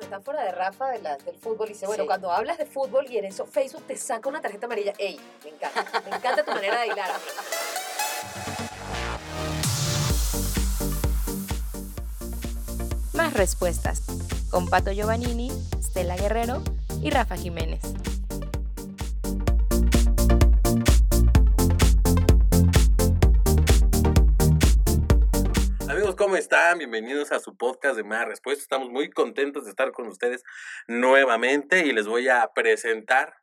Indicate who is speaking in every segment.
Speaker 1: metáfora de Rafa de la- del fútbol y dice, bueno,
Speaker 2: Sí.
Speaker 1: cuando hablas de fútbol y en eso Facebook te saca una tarjeta amarilla. ¡Ey! Me encanta. Me encanta tu manera de hilar.
Speaker 3: Más respuestas con Pato Giovannini, Stella Guerrero y Rafa Jiménez.
Speaker 4: Amigos, ¿cómo están? Bienvenidos a su podcast de Más Respuestas. Estamos muy contentos de estar con ustedes nuevamente y les voy a presentar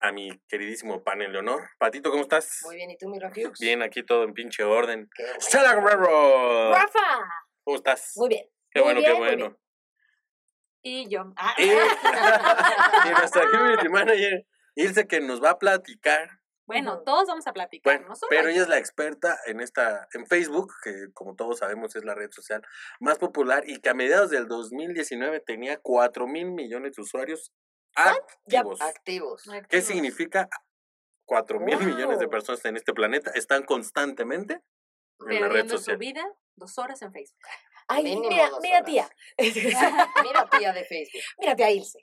Speaker 4: a mi queridísimo panel de honor. Patito, ¿cómo estás?
Speaker 1: Muy bien, ¿y tú, mi Rafiux?
Speaker 4: Bien, aquí todo en pinche orden.
Speaker 1: Qué bueno.
Speaker 4: ¡Sara Guerrero!
Speaker 3: ¡Rafa!
Speaker 4: ¿Cómo estás?
Speaker 1: Muy bien.
Speaker 4: Qué
Speaker 2: muy
Speaker 4: bueno,
Speaker 2: bien,
Speaker 4: qué
Speaker 2: muy
Speaker 4: bueno.
Speaker 2: Y yo. Ah,
Speaker 4: Y, y nuestra community manager, Ilse, que nos va a platicar.
Speaker 2: bueno,
Speaker 1: Ujú.
Speaker 2: todos vamos a platicar.
Speaker 4: Bueno,
Speaker 2: no solo
Speaker 4: pero
Speaker 2: yo.
Speaker 4: ella es la experta en esta en Facebook, que como todos sabemos es la red social más popular y que a mediados del 2019 tenía 4 mil millones de usuarios
Speaker 1: Ya
Speaker 4: activos.
Speaker 1: activos.
Speaker 4: ¿Qué
Speaker 2: Activos.
Speaker 4: significa? 4 mil
Speaker 1: Wow.
Speaker 4: millones de personas en este planeta están constantemente en la red
Speaker 2: Perdiendo su
Speaker 4: social.
Speaker 2: vida dos horas en Facebook.
Speaker 1: Ay,
Speaker 5: Mínimo
Speaker 1: mira,
Speaker 5: dos
Speaker 1: mira
Speaker 5: horas.
Speaker 1: tía.
Speaker 5: Mira tía de Facebook.
Speaker 1: Mírate a Ilse.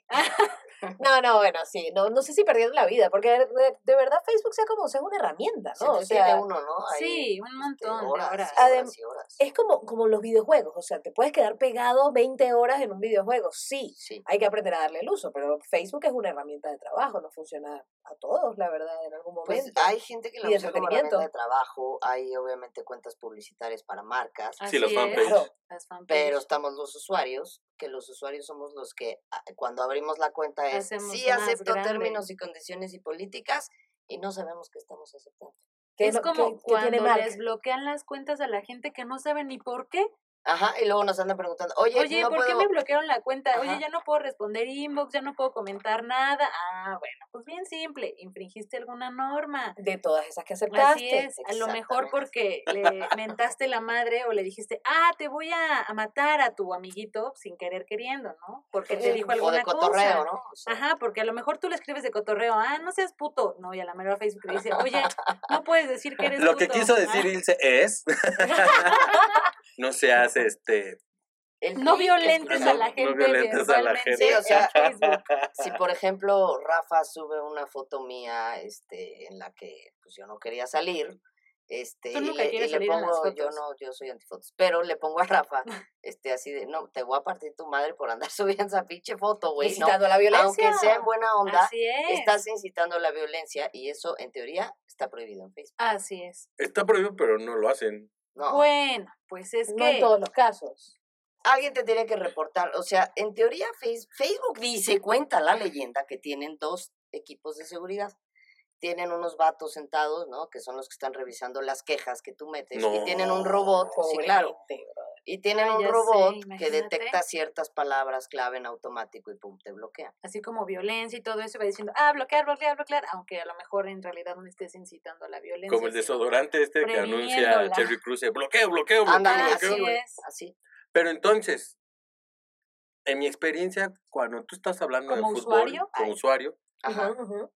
Speaker 1: No, no, bueno, sí. No, no sé si perdiendo la vida, porque de, de verdad Facebook sea como sea una herramienta,
Speaker 5: Se
Speaker 1: ¿no?
Speaker 5: te
Speaker 1: O sea,
Speaker 5: pierde uno, ¿no? Ahí,
Speaker 2: sí, un
Speaker 5: este,
Speaker 2: montón de
Speaker 5: horas,
Speaker 2: horas.
Speaker 5: y horas
Speaker 1: Adem-
Speaker 5: y horas.
Speaker 1: es como, como los videojuegos. O sea, te puedes quedar pegado 20 horas en un videojuego. Sí,
Speaker 5: Sí.
Speaker 1: hay que aprender a darle el uso, pero Facebook es una herramienta de trabajo, no funciona a todos, la verdad, en algún
Speaker 5: Pues
Speaker 1: momento.
Speaker 5: hay gente que
Speaker 1: Y de
Speaker 5: la usa como
Speaker 1: entretenimiento.
Speaker 5: herramienta de trabajo, hay obviamente cuentas publicitarias para marcas,
Speaker 4: Sí, los
Speaker 2: Así
Speaker 4: fanpage.
Speaker 2: es,
Speaker 1: Claro.
Speaker 2: las fanpage.
Speaker 5: pero estamos los usuarios, que los usuarios somos los que ah, cuando abrimos la cuenta es
Speaker 2: Hacemos
Speaker 5: sí
Speaker 2: más
Speaker 5: acepto
Speaker 2: grande".
Speaker 5: términos y condiciones y políticas y no sabemos qué estamos aceptando.
Speaker 1: ¿Qué
Speaker 2: es
Speaker 1: lo-
Speaker 2: como
Speaker 1: qué- qué
Speaker 2: cuando
Speaker 1: tiene marca?
Speaker 2: les bloquean las cuentas a la gente que no sabe ni por qué.
Speaker 5: Ajá, y luego nos andan preguntando, oye,
Speaker 2: Oye,
Speaker 5: no
Speaker 2: ¿por qué
Speaker 5: puedo...
Speaker 2: me bloquearon la cuenta? Oye,
Speaker 5: Ajá.
Speaker 2: ya no puedo responder inbox, ya no puedo comentar nada. Ah, bueno, pues bien simple, infringiste alguna norma.
Speaker 1: de todas esas que
Speaker 2: Así
Speaker 1: aceptaste.
Speaker 2: es, a lo mejor
Speaker 5: exactamente.
Speaker 2: porque le mentaste la madre o le dijiste, ah, te voy a, a matar a tu amiguito sin querer queriendo, ¿no? Porque te
Speaker 1: Sí,
Speaker 2: dijo
Speaker 5: o
Speaker 2: alguna
Speaker 5: de
Speaker 2: cosa.
Speaker 5: cotorreo, ¿no? O sea,
Speaker 2: Ajá, porque a lo mejor tú le escribes de cotorreo, ah, no seas puto. No, y a la mera Facebook le dice, oye, no puedes decir que eres
Speaker 4: Lo que
Speaker 2: puto".
Speaker 4: quiso decir Ilse es no seas este
Speaker 5: el
Speaker 2: No
Speaker 5: clic es
Speaker 2: violentes a
Speaker 4: No-
Speaker 2: la
Speaker 4: no
Speaker 2: gente.
Speaker 4: violentes a la
Speaker 2: virtualmente
Speaker 4: gente.
Speaker 5: Sí, o sea,
Speaker 2: en Facebook.
Speaker 5: si por ejemplo Rafa sube una foto mía este en la que pues yo no quería salir este
Speaker 2: Tú
Speaker 5: y
Speaker 2: nunca
Speaker 5: le, y
Speaker 2: quieres
Speaker 5: le
Speaker 2: salir en las
Speaker 5: pongo yo
Speaker 2: fotos.
Speaker 5: no yo soy antifotos pero le pongo a Rafa este así de no te voy a partir tu madre por andar subiendo esa pinche foto güey no
Speaker 1: Incitando a la violencia.
Speaker 5: aunque sea en buena onda
Speaker 2: Así es.
Speaker 5: estás incitando la violencia y eso en teoría está prohibido en Facebook
Speaker 2: Así es.
Speaker 4: está prohibido, pero no lo hacen.
Speaker 5: no
Speaker 2: Bueno, pues es
Speaker 1: no
Speaker 2: que.
Speaker 1: en todos los casos.
Speaker 5: alguien te tiene que reportar o sea en teoría Face- Facebook dice cuenta la leyenda que tienen dos equipos de seguridad tienen unos vatos sentados, ¿no? Que son los que están revisando las quejas que tú metes. Y tienen un robot, sí,
Speaker 1: Pobre
Speaker 5: claro.
Speaker 1: gente, brother.
Speaker 5: Y tienen
Speaker 2: Ay,
Speaker 5: un
Speaker 2: ya sé,
Speaker 5: robot que
Speaker 2: imagínate.
Speaker 5: detecta ciertas palabras clave en automático y pum, te bloquea.
Speaker 2: Así como violencia y todo eso, va diciendo, ah, bloquear, bloquear, bloquear. Aunque a lo mejor en realidad no estés incitando a la violencia.
Speaker 4: Como el desodorante este que anuncia
Speaker 2: Previniéndola.
Speaker 4: Terry Cruz, bloqueo, bloqueo, bloqueo,
Speaker 5: Ándale,
Speaker 2: Ah,
Speaker 4: bloqueo.
Speaker 2: así
Speaker 5: bloqueo, güey.
Speaker 2: es.
Speaker 5: Así.
Speaker 4: Pero entonces, en mi experiencia, cuando tú estás hablando de
Speaker 2: ¿Como
Speaker 4: fútbol,
Speaker 2: usuario?
Speaker 4: como
Speaker 2: Ay.
Speaker 4: usuario,
Speaker 5: Ajá.
Speaker 1: Ujú, ujú.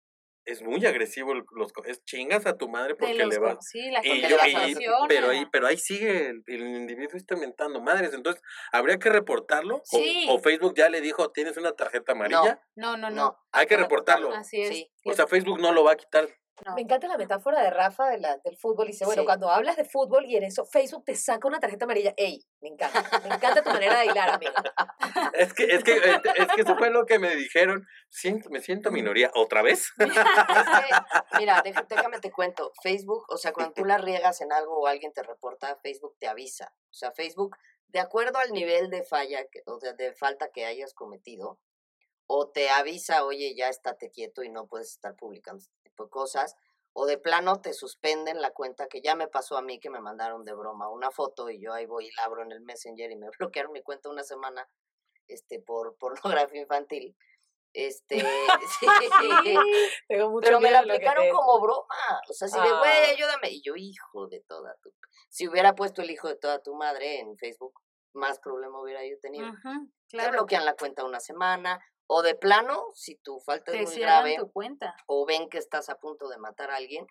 Speaker 4: es muy agresivo, el- los, co- es chingas a tu madre
Speaker 2: De
Speaker 4: porque
Speaker 2: los
Speaker 4: le
Speaker 2: com-
Speaker 4: vas.
Speaker 2: sí, la
Speaker 4: Y
Speaker 2: gente
Speaker 4: yo,
Speaker 2: la
Speaker 4: y-
Speaker 2: sanciona.
Speaker 4: pero, ahí, pero ahí sigue el, el individuo está mentando madres, entonces habría que reportarlo. O-
Speaker 2: Sí.
Speaker 4: O, Facebook ya le dijo, tienes una tarjeta amarilla,
Speaker 2: No, no, no.
Speaker 5: No.
Speaker 4: hay que
Speaker 5: hay que
Speaker 4: reportarlo.
Speaker 2: Así es.
Speaker 5: Sí.
Speaker 4: O sea, Facebook no lo va a quitar.
Speaker 2: No.
Speaker 1: Me encanta la metáfora de Rafa de la, del fútbol. Y dice, bueno,
Speaker 5: Sí.
Speaker 1: cuando hablas de fútbol y en eso Facebook te saca una tarjeta amarilla. ¡Ey! Me encanta. Me encanta tu manera de hilar, amiga.
Speaker 4: Es que, es que, es que eso fue lo que me dijeron. Siento, me siento minoría. ¿Otra vez?
Speaker 5: Es que, mira, deja- déjame te cuento. Facebook, o sea, cuando tú la riegas en algo o alguien te reporta, Facebook te avisa. O sea, Facebook, de acuerdo al nivel de falla que- o de, de falta que hayas cometido, o te avisa, oye, ya estate quieto y no puedes estar publicando este tipo de cosas, o de plano te suspenden la cuenta que ya me pasó a mí que me mandaron de broma una foto y yo ahí voy y la abro en el Messenger y me bloquearon mi cuenta una semana este por pornografía infantil. Este, sí,
Speaker 1: Tengo mucho
Speaker 5: pero me
Speaker 1: miedo de
Speaker 5: la
Speaker 1: lo que
Speaker 5: aplicaron
Speaker 1: te-
Speaker 5: como broma. O sea, así de, güey,
Speaker 1: Ah.
Speaker 5: ayúdame. Y yo, hijo de toda tu. Si hubiera puesto el hijo de toda tu madre en Facebook, más problema hubiera yo tenido.
Speaker 1: Ah,
Speaker 2: Ujú,
Speaker 5: Te
Speaker 2: claro.
Speaker 5: bloquean la cuenta una semana. O de plano, si tu falta
Speaker 2: Te
Speaker 5: es muy
Speaker 2: cierran
Speaker 5: grave,
Speaker 2: tu cuenta.
Speaker 5: o ven que estás a punto de matar a alguien,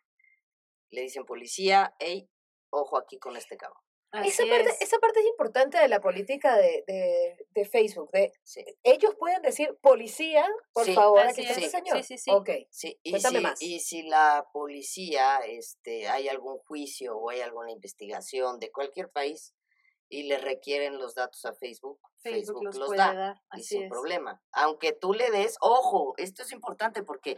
Speaker 5: le dicen policía, hey, ojo aquí con este cabrón.
Speaker 1: Esa parte, esa parte es importante de la política de, de, de Facebook. De,
Speaker 5: Sí.
Speaker 1: ellos pueden decir, policía, por
Speaker 5: Sí,
Speaker 1: favor, aquí
Speaker 2: así
Speaker 1: está
Speaker 2: es.
Speaker 1: este señor.
Speaker 2: Sí, sí, sí.
Speaker 1: Ok.
Speaker 5: Sí, y
Speaker 1: Cuéntame
Speaker 5: si,
Speaker 1: más.
Speaker 5: y si la policía, este, hay algún juicio o hay alguna investigación de cualquier país y le requieren los datos a Facebook, Facebook, los,
Speaker 2: puede
Speaker 5: da
Speaker 2: dar.
Speaker 5: y
Speaker 2: Así
Speaker 5: sin
Speaker 2: es.
Speaker 5: problema. Aunque tú le des, ojo, esto es importante porque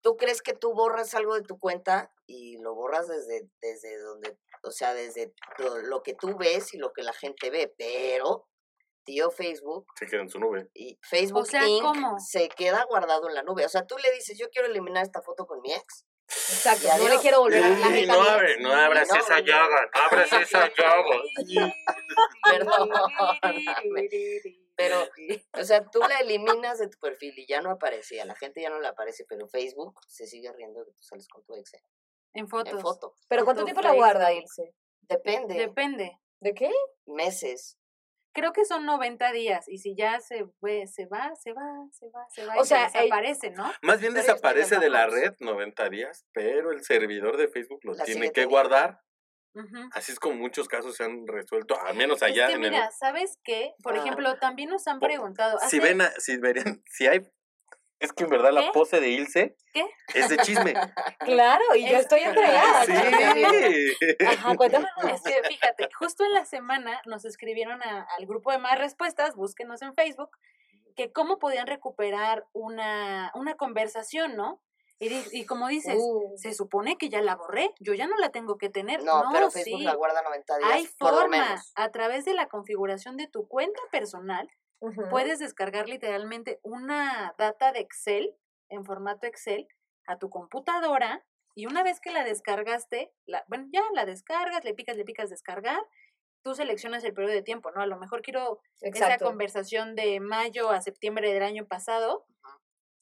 Speaker 5: tú crees que tú borras algo de tu cuenta y lo borras desde, desde donde, o sea, desde to- lo que tú ves y lo que la gente ve, pero tío Facebook
Speaker 4: Se queda en su nube.
Speaker 5: y Facebook
Speaker 2: sea,
Speaker 5: Inc.
Speaker 2: ¿cómo?
Speaker 5: se queda guardado en la nube. O sea, tú le dices, yo quiero eliminar esta foto con mi ex.
Speaker 1: Exacto.
Speaker 5: Y
Speaker 1: No le
Speaker 5: adiós.
Speaker 1: quiero volver a
Speaker 5: la
Speaker 4: Y
Speaker 5: neta
Speaker 4: no,
Speaker 5: no.
Speaker 4: abre, no abras
Speaker 5: No,
Speaker 4: esa
Speaker 5: no.
Speaker 4: llaga, no abras esa llaga.
Speaker 5: Perdón. Pero, o sea, tú la eliminas de tu perfil y ya no aparecía. La gente ya no la aparece, pero Facebook se sigue riendo de que tú sales con tu ex en-
Speaker 2: En fotos.
Speaker 5: en foto.
Speaker 1: Pero ¿cuánto
Speaker 2: Tu
Speaker 1: tiempo la guarda,
Speaker 2: Facebook.
Speaker 1: Ilse?
Speaker 5: Depende,
Speaker 2: Depende.
Speaker 1: ¿De qué?
Speaker 5: meses.
Speaker 2: Creo que son 90 días y si ya se ve, se va, se va, se va, se va
Speaker 1: O
Speaker 2: y se
Speaker 1: sea, ey-
Speaker 2: desaparece, ¿no?
Speaker 4: Más bien
Speaker 5: Pero ellos
Speaker 4: desaparece de
Speaker 5: tienen
Speaker 4: la
Speaker 5: backups.
Speaker 4: red 90 días, pero el servidor de Facebook lo
Speaker 5: La
Speaker 4: tiene
Speaker 5: sigue
Speaker 4: que
Speaker 5: teniendo.
Speaker 4: guardar.
Speaker 2: Ujú.
Speaker 4: Así es como muchos casos se han resuelto, al menos
Speaker 2: Es
Speaker 4: allá
Speaker 2: que
Speaker 4: en
Speaker 2: mira,
Speaker 4: el...
Speaker 2: ¿sabes qué? Por
Speaker 5: Ah.
Speaker 2: ejemplo, también nos han
Speaker 4: Po-
Speaker 2: preguntado,
Speaker 4: Si
Speaker 2: hace-
Speaker 4: ven, a- si verían, si hay... Es que en verdad
Speaker 2: ¿Qué?
Speaker 4: la pose de Ilse
Speaker 2: ¿Qué?
Speaker 4: es de chisme.
Speaker 1: Claro, y yo
Speaker 2: Ah. Es-
Speaker 1: estoy
Speaker 4: Ah,
Speaker 1: entregada. chica.
Speaker 4: sí.
Speaker 1: Ajá, cuéntame más.
Speaker 2: Es que fíjate, justo en la semana nos escribieron a- al grupo de más respuestas, búsquenos en Facebook, que cómo podían recuperar una, una conversación, ¿no? Y, di- y como dices,
Speaker 1: Uh,
Speaker 2: se supone que ya la borré, yo ya no la tengo que tener.
Speaker 5: No,
Speaker 2: No,
Speaker 5: pero Facebook
Speaker 2: sí.
Speaker 5: la guarda 90 días,
Speaker 2: Hay
Speaker 5: por lo
Speaker 2: forma,
Speaker 5: menos.
Speaker 2: a través de la configuración de tu cuenta personal,
Speaker 1: ujú.
Speaker 2: puedes descargar literalmente una data de Excel en formato Excel a tu computadora y una vez que la descargaste, la, bueno, ya la descargas, le picas, le picas descargar, tú seleccionas el periodo de tiempo, ¿no? A lo mejor quiero esa
Speaker 1: Exacto.
Speaker 2: conversación de mayo a septiembre del año pasado,
Speaker 5: Ujú.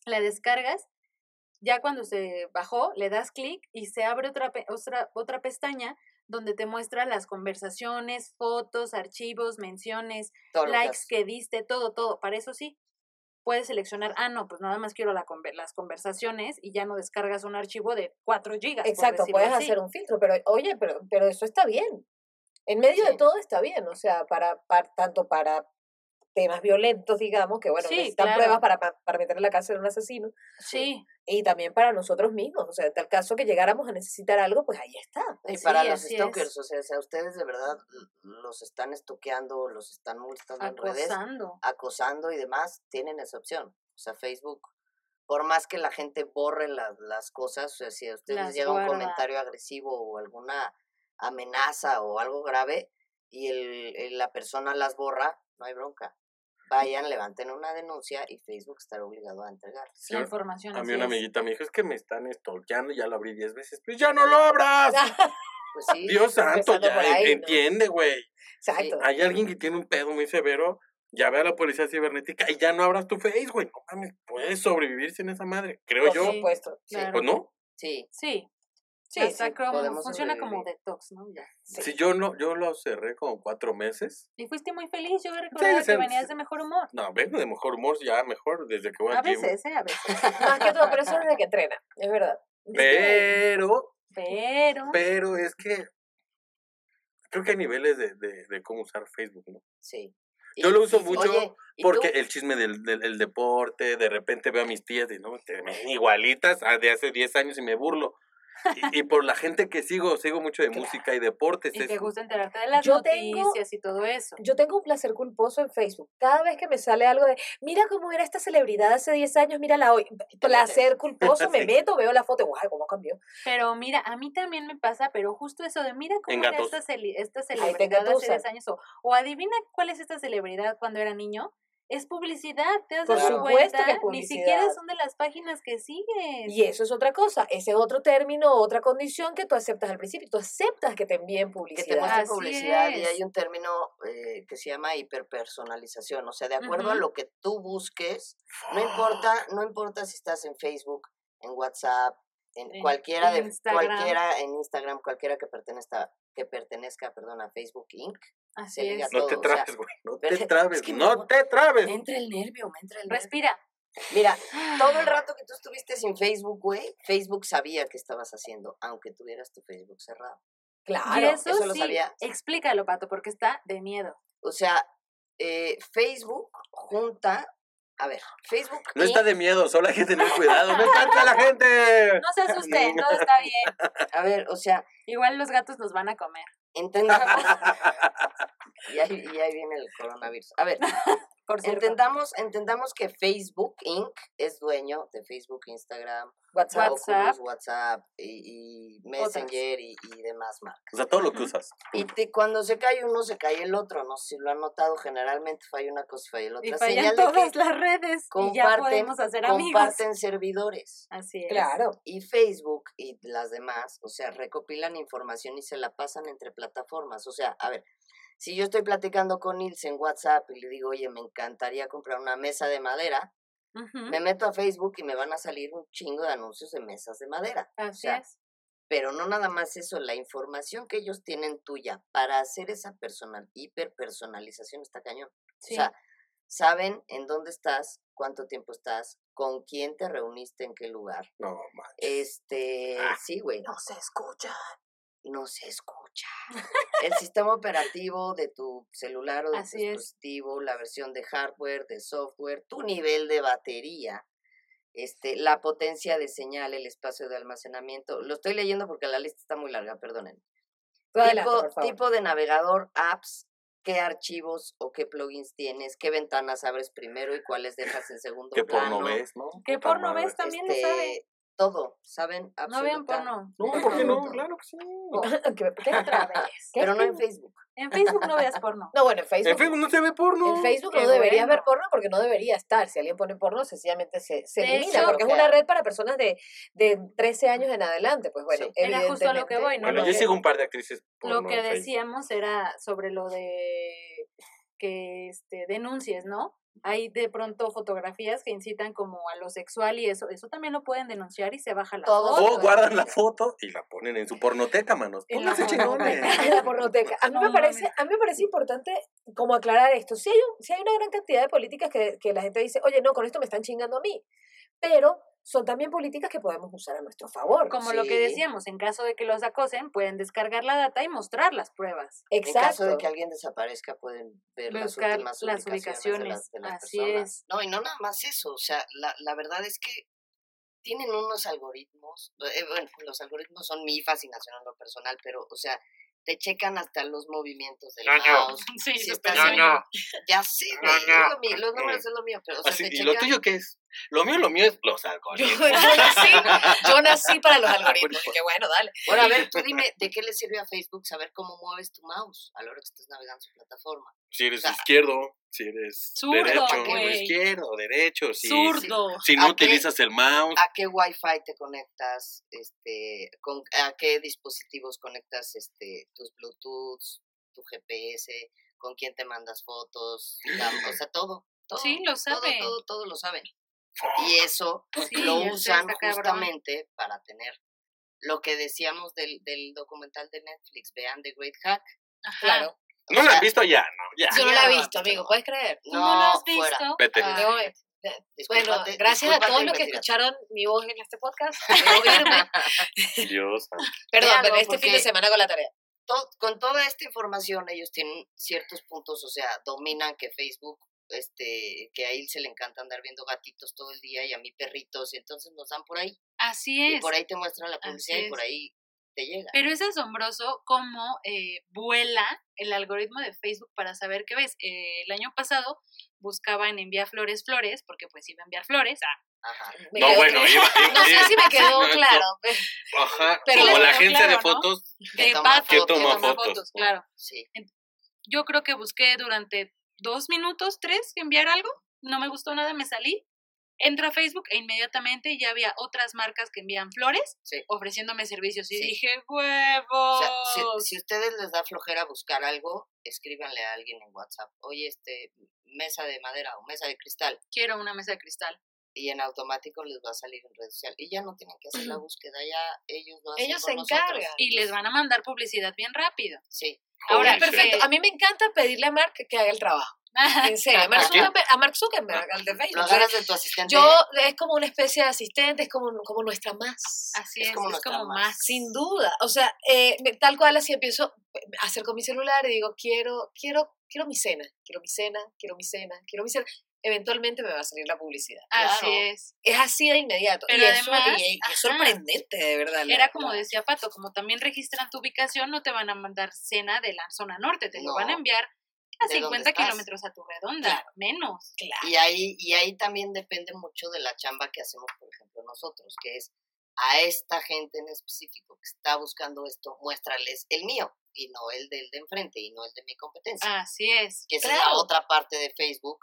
Speaker 2: la descargas, ya cuando se bajó, le das clic y se abre otra, pe- otra, otra pestaña donde te muestra las conversaciones, fotos, archivos, menciones,
Speaker 5: Todo lo que
Speaker 2: likes
Speaker 5: haces.
Speaker 2: que diste, todo, todo. Para eso sí, puedes seleccionar, ah, no, pues nada más quiero la conver- las conversaciones y ya no descargas un archivo de 4 gigas. por
Speaker 1: Exacto,
Speaker 2: decirlo
Speaker 1: puedes
Speaker 2: así.
Speaker 1: hacer un filtro, pero oye, pero, pero eso está bien. En medio de
Speaker 5: Sí.
Speaker 1: todo está bien, o sea, para, para- tanto para temas violentos, digamos, que bueno,
Speaker 2: Sí,
Speaker 1: necesitan
Speaker 2: claro.
Speaker 1: pruebas para, pa- para meter en la cárcel a un asesino,
Speaker 2: Sí,
Speaker 1: y también para nosotros mismos, o sea, en tal caso que llegáramos a necesitar algo, pues ahí está.
Speaker 5: Y
Speaker 2: Sí,
Speaker 5: para los
Speaker 2: así es.
Speaker 5: stalkers, o sea, si a ustedes de verdad los están estoqueando, los están multando en redes,
Speaker 2: acosando.
Speaker 5: acosando y demás, tienen esa opción. O sea, Facebook, por más que la gente borre las, las cosas, o sea, si a ustedes les
Speaker 2: Las
Speaker 5: llega
Speaker 2: guarda.
Speaker 5: un comentario agresivo o alguna amenaza o algo grave y el, el- la persona las borra, no hay bronca. Vayan, levanten una denuncia y Facebook estará obligado a entregar.
Speaker 4: Sí,
Speaker 2: La
Speaker 4: a-
Speaker 2: información.
Speaker 4: A
Speaker 2: así
Speaker 4: mí una
Speaker 2: es.
Speaker 4: amiguita me dijo, es que me están stalkeando, ya lo abrí 10 veces. Pues ya no lo abras.
Speaker 5: Pues sí,
Speaker 4: Dios santo,
Speaker 1: empezando
Speaker 4: ya
Speaker 1: por ahí, ¿no?
Speaker 4: entiende, güey.
Speaker 1: Exacto.
Speaker 4: Hay alguien que tiene un pedo muy severo, ya ve a la policía cibernética y ya no abras tu face, güey. No mames, puedes sobrevivir sin esa madre, creo
Speaker 1: Por
Speaker 4: yo.
Speaker 2: Pues Sí.
Speaker 1: supuesto.
Speaker 5: sí,
Speaker 2: claro.
Speaker 4: ¿O no?
Speaker 5: sí,
Speaker 2: Sí,
Speaker 1: Sí,
Speaker 2: hasta
Speaker 1: sí.
Speaker 2: como-
Speaker 5: podemos
Speaker 2: funciona como
Speaker 5: sobrevivir.
Speaker 2: detox, ¿no? Ya.
Speaker 4: Sí, yo no, yo lo cerré como cuatro meses.
Speaker 2: Y fuiste muy feliz, yo recordaba
Speaker 4: se-
Speaker 2: que venías
Speaker 4: se-
Speaker 2: de mejor humor.
Speaker 4: No, vengo de mejor humor, ya mejor desde que voy
Speaker 2: A
Speaker 4: al gym.
Speaker 2: veces, ¿eh? A veces.
Speaker 1: Más que todo, pero eso es de que entrena, es verdad.
Speaker 4: Pero,
Speaker 2: Pero,
Speaker 4: pero es que creo que hay niveles de, de, de cómo usar Facebook, ¿no?
Speaker 5: sí.
Speaker 4: Yo
Speaker 5: Y-
Speaker 4: lo uso
Speaker 5: y-
Speaker 4: mucho
Speaker 5: oye, ¿y tú?
Speaker 4: Porque el chisme del, del- el deporte, de repente veo a mis tías y no, te ven igualitas a de hace 10 años y me burlo. Y, y por la gente que sigo, sigo mucho de
Speaker 1: Claro.
Speaker 4: música y deportes.
Speaker 2: y
Speaker 4: es-
Speaker 2: te gusta enterarte de las
Speaker 1: Yo tengo-
Speaker 2: noticias y todo eso.
Speaker 1: Yo tengo un placer culposo en Facebook. Cada vez que me sale algo de, mira cómo era esta celebridad hace 10 años, mírala hoy. Placer culposo, me
Speaker 4: Sí.
Speaker 1: meto, veo la foto, guau, cómo cambió.
Speaker 2: Pero mira, a mí también me pasa, pero justo eso de mira cómo
Speaker 4: En
Speaker 2: era
Speaker 4: gatos.
Speaker 2: esta, cele- esta
Speaker 1: te
Speaker 2: celebridad hace
Speaker 1: engatusan.
Speaker 2: 10 años o, o adivina cuál es esta celebridad cuando era niño. Es publicidad, te has
Speaker 1: Por
Speaker 2: dado
Speaker 1: supuesto
Speaker 2: cuenta,
Speaker 1: que es
Speaker 2: ni siquiera
Speaker 1: publicidad.
Speaker 2: son de las páginas que sigues.
Speaker 1: Y eso es otra cosa, ese es otro término, otra condición que tú aceptas al principio. Tú aceptas que te envíen
Speaker 5: que te
Speaker 1: publicidad.
Speaker 5: muestren
Speaker 2: Así
Speaker 5: publicidad y hay
Speaker 2: es.
Speaker 5: un término eh, que se llama hiperpersonalización, o sea, de acuerdo
Speaker 2: Ujú.
Speaker 5: a
Speaker 2: ¡Ah!
Speaker 5: lo que tú busques, no importa, no importa si estás en Facebook, en WhatsApp, en
Speaker 2: En
Speaker 5: cualquiera de
Speaker 2: Instagram.
Speaker 5: cualquiera en Instagram, cualquiera que pertenezca que pertenezca, perdón, a Facebook Inc.
Speaker 2: Así
Speaker 5: se liga
Speaker 2: es.
Speaker 4: no te
Speaker 5: todo, o sea,
Speaker 4: trabes, güey. No te
Speaker 5: pero-
Speaker 4: trabes,
Speaker 5: es que me
Speaker 4: no
Speaker 5: mo-
Speaker 4: te trabes.
Speaker 5: Me entra el nervio, me entra el nervio.
Speaker 2: Respira.
Speaker 5: Mira, todo
Speaker 2: ¡Ah!
Speaker 5: el rato que tú estuviste sin Facebook, güey, Facebook sabía qué estabas haciendo, aunque tuvieras tu Facebook cerrado.
Speaker 2: y
Speaker 1: Claro.
Speaker 2: eso,
Speaker 5: ¿eso lo
Speaker 2: sí,
Speaker 5: sabías?
Speaker 2: explícalo, Pato, porque está de miedo.
Speaker 5: O sea, eh, Facebook junta. A ver, Facebook.
Speaker 4: No
Speaker 5: Inc.
Speaker 4: está de miedo, solo hay que tener cuidado. ¡No espanta a la gente!
Speaker 2: No se asusten, todo está bien.
Speaker 5: A ver, o sea,
Speaker 2: Igual los gatos nos van a comer.
Speaker 5: entendamos. y, ahí, y ahí viene el coronavirus. A ver,
Speaker 2: Por cierto.
Speaker 5: entendamos, entendamos que Facebook Inc. es dueño de Facebook, Instagram,
Speaker 1: WhatsApp.
Speaker 5: Oculus,
Speaker 2: WhatsApp.
Speaker 5: WhatsApp y, y Messenger y, y demás marcas.
Speaker 4: O sea, todo lo que usas.
Speaker 5: Y te- cuando se cae uno, se cae el otro. No sé si lo han notado, generalmente falla una cosa y falla la otra.
Speaker 2: Y fallan
Speaker 5: Señal de que
Speaker 2: todas las redes. Y ya
Speaker 5: comparten-
Speaker 2: podemos hacer amigos.
Speaker 5: comparten servidores.
Speaker 2: Así es.
Speaker 1: Claro.
Speaker 5: y Facebook y las demás, o sea, recopilan información y se la pasan entre plataformas. O sea, a ver, si yo estoy platicando con Nils en WhatsApp y le digo, oye, me encantaría comprar una mesa de madera,
Speaker 2: Ujú,
Speaker 5: me meto a Facebook y me van a salir un chingo de anuncios de mesas de madera.
Speaker 2: Así
Speaker 5: sea,
Speaker 2: es.
Speaker 5: Pero no nada más eso, la información que ellos tienen tuya para hacer esa personal, hiperpersonalización está cañón.
Speaker 2: Sí.
Speaker 5: O sea, saben en dónde estás, cuánto tiempo estás, con quién te reuniste, en qué lugar.
Speaker 4: No, man.
Speaker 5: Este,
Speaker 4: Ah.
Speaker 5: sí, güey,
Speaker 1: No se escucha.
Speaker 5: no se escucha. El sistema operativo de tu celular o de tu
Speaker 2: Así es.
Speaker 5: dispositivo, la versión de hardware, de software, tu nivel de batería, este, la potencia de señal, el espacio de almacenamiento. Lo estoy leyendo porque la lista está muy larga, perdonen.
Speaker 1: Tú adelante,
Speaker 5: tipo,
Speaker 1: por favor.
Speaker 5: tipo de navegador, apps, qué archivos o qué plugins tienes, qué ventanas abres primero y cuáles dejas en segundo
Speaker 4: ¿Qué
Speaker 5: plano.
Speaker 4: porno ves, no?
Speaker 2: ¿Qué
Speaker 4: Puta
Speaker 2: porno
Speaker 4: madre.
Speaker 2: ves también lo
Speaker 5: Este,
Speaker 2: saben?
Speaker 5: Todo, saben
Speaker 2: No vean
Speaker 5: absoluta-
Speaker 2: porno.
Speaker 4: No, ¿por qué no?
Speaker 5: Absoluto.
Speaker 4: Claro que sí.
Speaker 1: ¿Qué- qué-
Speaker 2: Otra vez.
Speaker 1: qué-
Speaker 5: Pero no en Facebook.
Speaker 2: En Facebook no veas porno.
Speaker 1: No, bueno, en Facebook.
Speaker 4: En Facebook no se ve porno.
Speaker 1: En Facebook
Speaker 2: Qué
Speaker 1: no deberías
Speaker 2: bueno.
Speaker 1: ver porno porque no debería estar. Si alguien pone porno, sencillamente se, se
Speaker 2: De
Speaker 1: elimina,
Speaker 2: hecho-
Speaker 1: porque es una red para personas de, de 13 años en adelante. Pues bueno,
Speaker 5: Sí.
Speaker 2: Era justo a lo que
Speaker 1: evidentemente,
Speaker 2: voy, ¿no?
Speaker 4: Bueno,
Speaker 2: Lo
Speaker 4: yo
Speaker 2: que-
Speaker 4: sigo un par de actrices porno
Speaker 2: Lo que
Speaker 4: en Facebook.
Speaker 2: decíamos era sobre lo de que este, denuncies, ¿no? Hay de pronto fotografías que incitan como a lo sexual y eso. Eso también lo pueden denunciar y se baja la
Speaker 5: Todo.
Speaker 2: foto. ¿eh?
Speaker 4: O guardan la foto y la ponen en su pornoteca, manos.
Speaker 2: En la
Speaker 4: Pónganse chingones.
Speaker 2: pornoteca.
Speaker 1: la pornoteca. Ah, A mí,
Speaker 2: No
Speaker 1: me parece,
Speaker 2: mames.
Speaker 1: a mí me parece importante como aclarar esto. Si hay, un, sí hay una gran cantidad de políticas que, que la gente dice, oye, no, con esto me están chingando a mí. Pero son también políticas que podemos usar a nuestro favor.
Speaker 2: Como lo que
Speaker 5: Sí.
Speaker 2: decíamos, en caso de que los acosen, pueden descargar la data y mostrar las pruebas.
Speaker 1: Exacto.
Speaker 5: En caso de que alguien desaparezca, pueden ver las
Speaker 2: Buscar
Speaker 5: últimas
Speaker 2: las
Speaker 5: ubicaciones de
Speaker 2: ubicaciones,
Speaker 5: las, de las
Speaker 2: así
Speaker 5: personas.
Speaker 2: es.
Speaker 5: No, y no nada más eso. O sea, la, la verdad es que tienen unos algoritmos. eh, bueno, los algoritmos son mi fascinación en lo personal, pero, o sea, te checan hasta los movimientos del
Speaker 6: Ñoño.
Speaker 5: mouse.
Speaker 2: Sí,
Speaker 5: Si
Speaker 2: súper
Speaker 5: estás
Speaker 6: No,
Speaker 5: en-
Speaker 2: bien.
Speaker 6: no.
Speaker 5: Ya sé,
Speaker 6: No,
Speaker 5: güey,
Speaker 6: no.
Speaker 5: es lo mío, los números es lo mío, pero, o sea,
Speaker 4: Así,
Speaker 5: te
Speaker 4: ¿Y lo
Speaker 5: checan-
Speaker 4: tuyo qué es? Lo mío, lo mío es los
Speaker 5: Yo,
Speaker 4: algoritmos. Ah, pues,
Speaker 5: yo nací, yo nací para los algoritmos.
Speaker 4: Algoritmos.
Speaker 5: y que bueno, dale. Bueno, a ver, tú dime, ¿de qué le sirve a Facebook saber cómo mueves tu mouse a la hora que estás navegando su plataforma?
Speaker 4: Si eres
Speaker 5: O sea,
Speaker 4: izquierdo, si eres
Speaker 2: Zurdo,
Speaker 4: derecho,
Speaker 2: güey.
Speaker 4: izquierdo, derecho, si,
Speaker 2: Zurdo.
Speaker 4: si no
Speaker 5: ¿A qué?
Speaker 4: utilizas el mouse.
Speaker 5: a qué wifi te conectas, este, con, a qué dispositivos conectas este, tus Bluetooth, tu GPS, con quién te mandas fotos, la- o sea, todo. todo
Speaker 2: Sí, lo
Speaker 5: todo,
Speaker 2: saben.
Speaker 5: Todo, todo lo saben. Y eso
Speaker 2: Sí,
Speaker 5: lo
Speaker 2: eso
Speaker 5: usan
Speaker 2: está cabrón.
Speaker 5: justamente para tener lo que decíamos del, del documental de Netflix, vean The Great Hack.
Speaker 1: Claro.
Speaker 4: No lo
Speaker 5: sea,
Speaker 4: han visto ya, no, ya.
Speaker 1: Yo no la he
Speaker 5: Ya,
Speaker 1: visto, amigo, ¿puedes creer?
Speaker 2: Ah, ¿Tú no lo has
Speaker 5: fuera.
Speaker 2: visto?
Speaker 4: Vete.
Speaker 2: Ah,
Speaker 1: De hoy. Bueno,
Speaker 5: Discúlpate-
Speaker 1: gracias a
Speaker 5: discúlpate
Speaker 1: todos los que
Speaker 5: investigar.
Speaker 1: escucharon mi voz en este podcast, por oírme.
Speaker 4: Dios. ah.
Speaker 1: Perdón,
Speaker 5: Veanlo,
Speaker 1: pero este fin de
Speaker 5: porque-
Speaker 1: semana con la tarea.
Speaker 5: to- con toda esta información ellos tienen ciertos puntos, o sea, dominan que Facebook, este, que a él se le encanta andar viendo gatitos todo el día y a mí perritos, y entonces nos dan por ahí.
Speaker 2: Así
Speaker 5: Y
Speaker 2: es.
Speaker 5: por ahí te muestran la publicidad
Speaker 2: Así
Speaker 5: y por
Speaker 2: es.
Speaker 5: ahí te llega.
Speaker 2: Pero es asombroso cómo eh, vuela el algoritmo de Facebook para saber qué ves. Eh, el año pasado buscaba en enviar flores flores, porque pues iba a enviar flores. Ah,
Speaker 5: Ajá.
Speaker 1: Me
Speaker 4: No,
Speaker 1: quedó
Speaker 4: bueno,
Speaker 1: claro.
Speaker 4: iba,
Speaker 1: No sé si me quedó
Speaker 4: no, no.
Speaker 1: claro.
Speaker 4: Ajá,
Speaker 1: Pero
Speaker 4: como
Speaker 1: le
Speaker 4: la
Speaker 2: quedó
Speaker 4: agencia de
Speaker 2: claro, ¿no?
Speaker 4: fotos.
Speaker 5: Que
Speaker 2: que
Speaker 5: toma
Speaker 2: va
Speaker 5: fotos.
Speaker 2: que
Speaker 4: Toma
Speaker 2: toma
Speaker 4: fotos.
Speaker 2: fotos, claro.
Speaker 5: Sí.
Speaker 2: Yo creo que busqué durante dos minutos, tres, enviar algo. No me gustó nada, me salí. Entro a Facebook e inmediatamente ya había otras marcas que envían flores
Speaker 5: Sí.
Speaker 2: ofreciéndome servicios. Y
Speaker 5: Sí.
Speaker 2: dije,
Speaker 5: O
Speaker 2: huevos.
Speaker 5: sea, si,
Speaker 1: Oh.
Speaker 5: si ustedes les da flojera buscar algo, escríbanle a alguien en WhatsApp. Oye, este, mesa de madera o mesa de cristal.
Speaker 2: Quiero una mesa de cristal.
Speaker 5: Y en automático les va a salir en red social. Y ya no tienen que hacer la búsqueda, ya ellos lo hacen.
Speaker 1: Ellos
Speaker 5: por
Speaker 1: se
Speaker 5: nosotros.
Speaker 1: encargan.
Speaker 2: Y les van a mandar publicidad bien rápido.
Speaker 5: Sí.
Speaker 2: Ahora,
Speaker 4: Holy shit.
Speaker 1: Perfecto. A mí me encanta pedirle a Mark que haga el trabajo. En serio, a Mark Zuckerberg, a Mark Zuckerberg, al de
Speaker 5: Lo
Speaker 1: Facebook.
Speaker 5: agarras de tu asistente.
Speaker 1: Yo es como una especie de asistente, es como, como nuestra más.
Speaker 2: Así
Speaker 5: Es
Speaker 2: es,
Speaker 5: como
Speaker 2: es
Speaker 5: nuestra
Speaker 2: como
Speaker 5: más.
Speaker 2: más.
Speaker 1: Sin duda. O sea, eh, me- tal cual así empiezo a hacer con mi celular y digo, quiero, quiero, quiero mi cena, quiero mi cena, quiero mi cena, quiero mi cena. Eventualmente me va a salir la publicidad.
Speaker 2: Así
Speaker 5: Claro.
Speaker 2: es.
Speaker 1: Es así de inmediato.
Speaker 2: Pero
Speaker 1: y eso-
Speaker 2: además,
Speaker 1: y- y
Speaker 2: ajá.
Speaker 1: es sorprendente, de verdad. la-
Speaker 2: Era como
Speaker 1: la-
Speaker 2: decía Pato, como también registran tu ubicación, no te van a mandar cena de la zona norte, te
Speaker 5: No.
Speaker 2: lo van a enviar a
Speaker 5: ¿De dónde
Speaker 2: 50
Speaker 5: estás?
Speaker 2: kilómetros a tu redonda,
Speaker 1: Claro.
Speaker 2: menos.
Speaker 5: Y ahí, y ahí también depende mucho de la chamba que hacemos, por ejemplo, nosotros, que es a esta gente en específico que está buscando esto, muéstrales el mío y no el del de enfrente y no el de mi competencia.
Speaker 2: Así es.
Speaker 5: que esa es la
Speaker 1: claro.
Speaker 5: otra parte de Facebook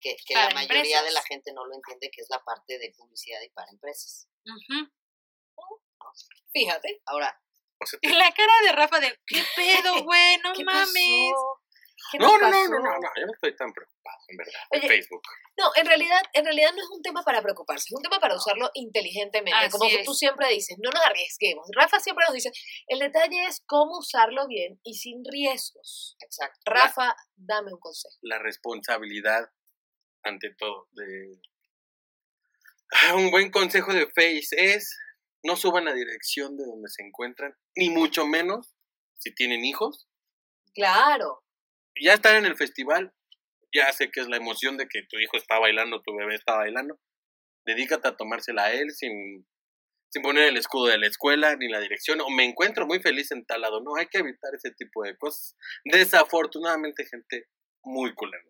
Speaker 5: que, que la
Speaker 2: Para
Speaker 5: mayoría de la
Speaker 2: empresas.
Speaker 5: gente no lo entiende, que es la parte de publicidad y para empresas.
Speaker 2: Ujú.
Speaker 1: Fíjate.
Speaker 5: Ahora,
Speaker 2: Y la cara de Rafa de, ¿qué pedo, güey? No
Speaker 5: ¿qué
Speaker 2: mames.
Speaker 5: pasó?
Speaker 1: ¿qué
Speaker 4: No,
Speaker 1: nos
Speaker 4: no, no,
Speaker 1: pasó?
Speaker 4: no, no, no, yo no estoy tan preocupado, en verdad,
Speaker 1: Oye,
Speaker 4: por Facebook.
Speaker 1: No, en realidad, en realidad no es un tema para preocuparse, es un tema para usarlo inteligentemente.
Speaker 2: Así
Speaker 1: como
Speaker 2: es.
Speaker 1: tú siempre dices, no nos arriesguemos. Rafa siempre nos dice, el detalle es cómo usarlo bien y sin riesgos.
Speaker 5: Exacto.
Speaker 1: Rafa, dame un consejo.
Speaker 4: La responsabilidad, ante todo, de... Ah, un buen consejo de Face es no suban la dirección de donde se encuentran, ni mucho menos si tienen hijos.
Speaker 1: Claro,
Speaker 4: Ya están en el festival, ya sé que es la emoción de que tu hijo está bailando, tu bebé está bailando. Dedícate a tomársela a él sin, sin poner el escudo de la escuela ni la dirección. O me encuentro muy feliz en tal lado. No, hay que evitar ese tipo de cosas. Desafortunadamente, gente muy culera.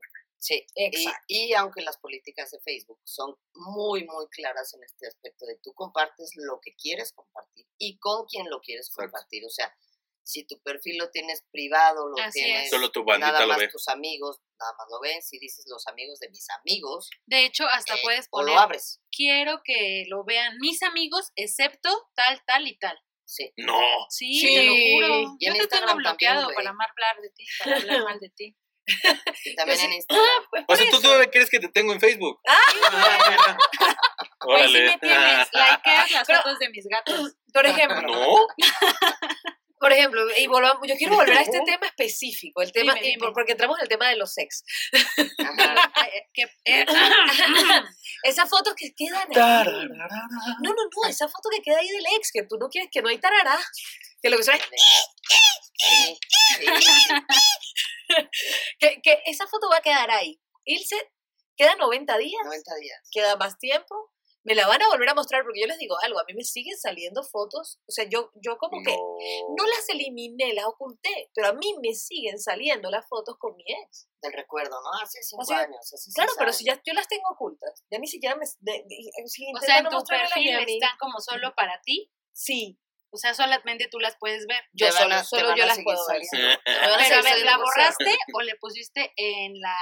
Speaker 5: Sí, y,
Speaker 1: exacto.
Speaker 5: y aunque las políticas de Facebook son muy, muy claras en este aspecto de tú compartes lo que quieres compartir y con quién lo quieres
Speaker 4: Exacto.
Speaker 5: compartir. O sea, si tu perfil lo tienes privado, lo
Speaker 2: Así
Speaker 5: tienes
Speaker 2: es.
Speaker 4: Solo tu
Speaker 5: nada
Speaker 4: bandita lo
Speaker 5: más
Speaker 4: ve.
Speaker 5: tus amigos, nada más lo ven. Si dices los amigos de mis amigos,
Speaker 2: De hecho, hasta
Speaker 5: eh,
Speaker 2: puedes
Speaker 5: o
Speaker 2: poner,
Speaker 5: lo abres.
Speaker 2: quiero que lo vean mis amigos, excepto tal, tal y tal.
Speaker 5: Sí.
Speaker 4: No.
Speaker 2: Sí,
Speaker 1: Sí.
Speaker 2: te lo juro.
Speaker 5: Y
Speaker 2: Yo te
Speaker 5: en
Speaker 2: tengo
Speaker 5: Instagram también,
Speaker 2: bloqueado
Speaker 5: güey.
Speaker 2: para hablar de ti, para hablar mal de ti.
Speaker 5: Y también
Speaker 1: sí-
Speaker 5: en Instagram.
Speaker 1: Pues
Speaker 4: O
Speaker 1: por
Speaker 4: sea, ¿tú
Speaker 1: eso.
Speaker 4: todavía crees que te tengo en Facebook? Ah, mira.
Speaker 2: Güey, sí
Speaker 4: Órale. Ah,
Speaker 2: me tienes, likeas las
Speaker 1: Pero-
Speaker 2: fotos de mis gatos.
Speaker 1: Por ejemplo,
Speaker 4: No,
Speaker 1: por ejemplo, y volvamos, yo quiero volver a este tema específico, el tema,
Speaker 2: Dime,
Speaker 1: y por-
Speaker 2: dime. Eh,
Speaker 1: porque entramos en el tema de los sex.
Speaker 5: Ajá.
Speaker 2: Que-
Speaker 1: Esas fotos que quedan ahí. No, no, no, esa foto que queda ahí del ex, que tú no quieres, que no hay tarará, que lo que suena es
Speaker 5: Sí, sí, sí.
Speaker 1: que, que esa foto va a quedar ahí. Ilse, queda 90 días,
Speaker 5: 90 días.
Speaker 1: queda más tiempo. Me la van a volver a mostrar porque yo les digo algo, a mí me siguen saliendo fotos, o sea, yo, yo como que
Speaker 4: no.
Speaker 1: no las eliminé, las oculté, pero a mí me siguen saliendo las fotos con mi ex.
Speaker 5: Del recuerdo, ¿no? Hace 5
Speaker 1: sea,
Speaker 5: años. hace
Speaker 1: Claro,
Speaker 5: seis
Speaker 1: pero si
Speaker 5: años.
Speaker 1: ya yo las tengo ocultas, ya ni siquiera me... de- de- si
Speaker 2: o
Speaker 1: intentan
Speaker 2: sea, en
Speaker 1: no
Speaker 2: tu
Speaker 1: mostrármelas ni
Speaker 2: perfil
Speaker 1: a mí.
Speaker 2: están como solo para ti.
Speaker 1: Sí,
Speaker 2: O sea, solamente tú las puedes ver.
Speaker 1: yo
Speaker 5: Te van
Speaker 1: solo,
Speaker 5: a- te
Speaker 1: solo
Speaker 5: van
Speaker 1: yo
Speaker 5: a
Speaker 1: las
Speaker 5: seguir
Speaker 1: puedo ver.
Speaker 5: saliendo.
Speaker 1: Me van a
Speaker 2: Pero a
Speaker 1: seguir
Speaker 2: ver,
Speaker 1: saliendo
Speaker 2: ¿la
Speaker 1: fotos.
Speaker 2: borraste o le pusiste en la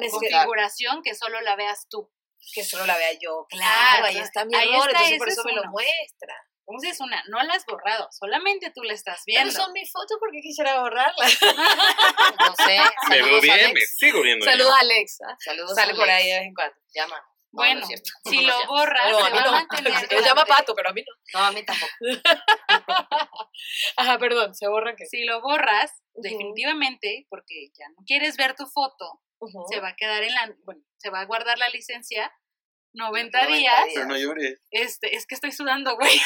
Speaker 1: Me escribí.
Speaker 2: configuración que solo la veas tú?
Speaker 1: que solo la vea yo. Claro,
Speaker 2: Claro,
Speaker 1: ahí está mi
Speaker 2: ahí
Speaker 1: error,
Speaker 2: está,
Speaker 1: entonces por eso
Speaker 2: ese es
Speaker 1: me lo
Speaker 2: uno.
Speaker 1: muestra.
Speaker 2: Entonces, una, no la has borrado, solamente tú la estás
Speaker 1: Pero
Speaker 2: viendo.
Speaker 1: son mis fotos porque quisiera borrarlas.
Speaker 5: No sé.
Speaker 4: Me veo
Speaker 5: saludos,
Speaker 4: bien, me
Speaker 5: Alex.
Speaker 4: sigo viendo
Speaker 1: Saludos a Alexa.
Speaker 5: Saludos,
Speaker 1: Sale por
Speaker 5: Alex.
Speaker 1: ahí de vez en cuando.
Speaker 5: Llámanos. No, no
Speaker 2: bueno,
Speaker 5: es cierto.
Speaker 2: si
Speaker 5: No,
Speaker 2: lo
Speaker 5: ya.
Speaker 2: borras,
Speaker 1: Pero a
Speaker 2: se
Speaker 1: mí
Speaker 2: va
Speaker 1: no.
Speaker 2: a mantener.
Speaker 1: Yo llama
Speaker 2: durante-
Speaker 1: Pato, pero a mí no.
Speaker 5: No, a mí tampoco.
Speaker 1: Ajá, perdón, se borran que.
Speaker 2: Si lo borras,
Speaker 1: Ujú.
Speaker 2: definitivamente, porque ya no quieres ver tu foto,
Speaker 1: Ujú.
Speaker 2: se va a quedar en la. Bueno, se va a guardar la licencia 90,
Speaker 5: 90
Speaker 2: días.
Speaker 5: días.
Speaker 4: Pero no llores.
Speaker 2: Este, es que estoy sudando, güey.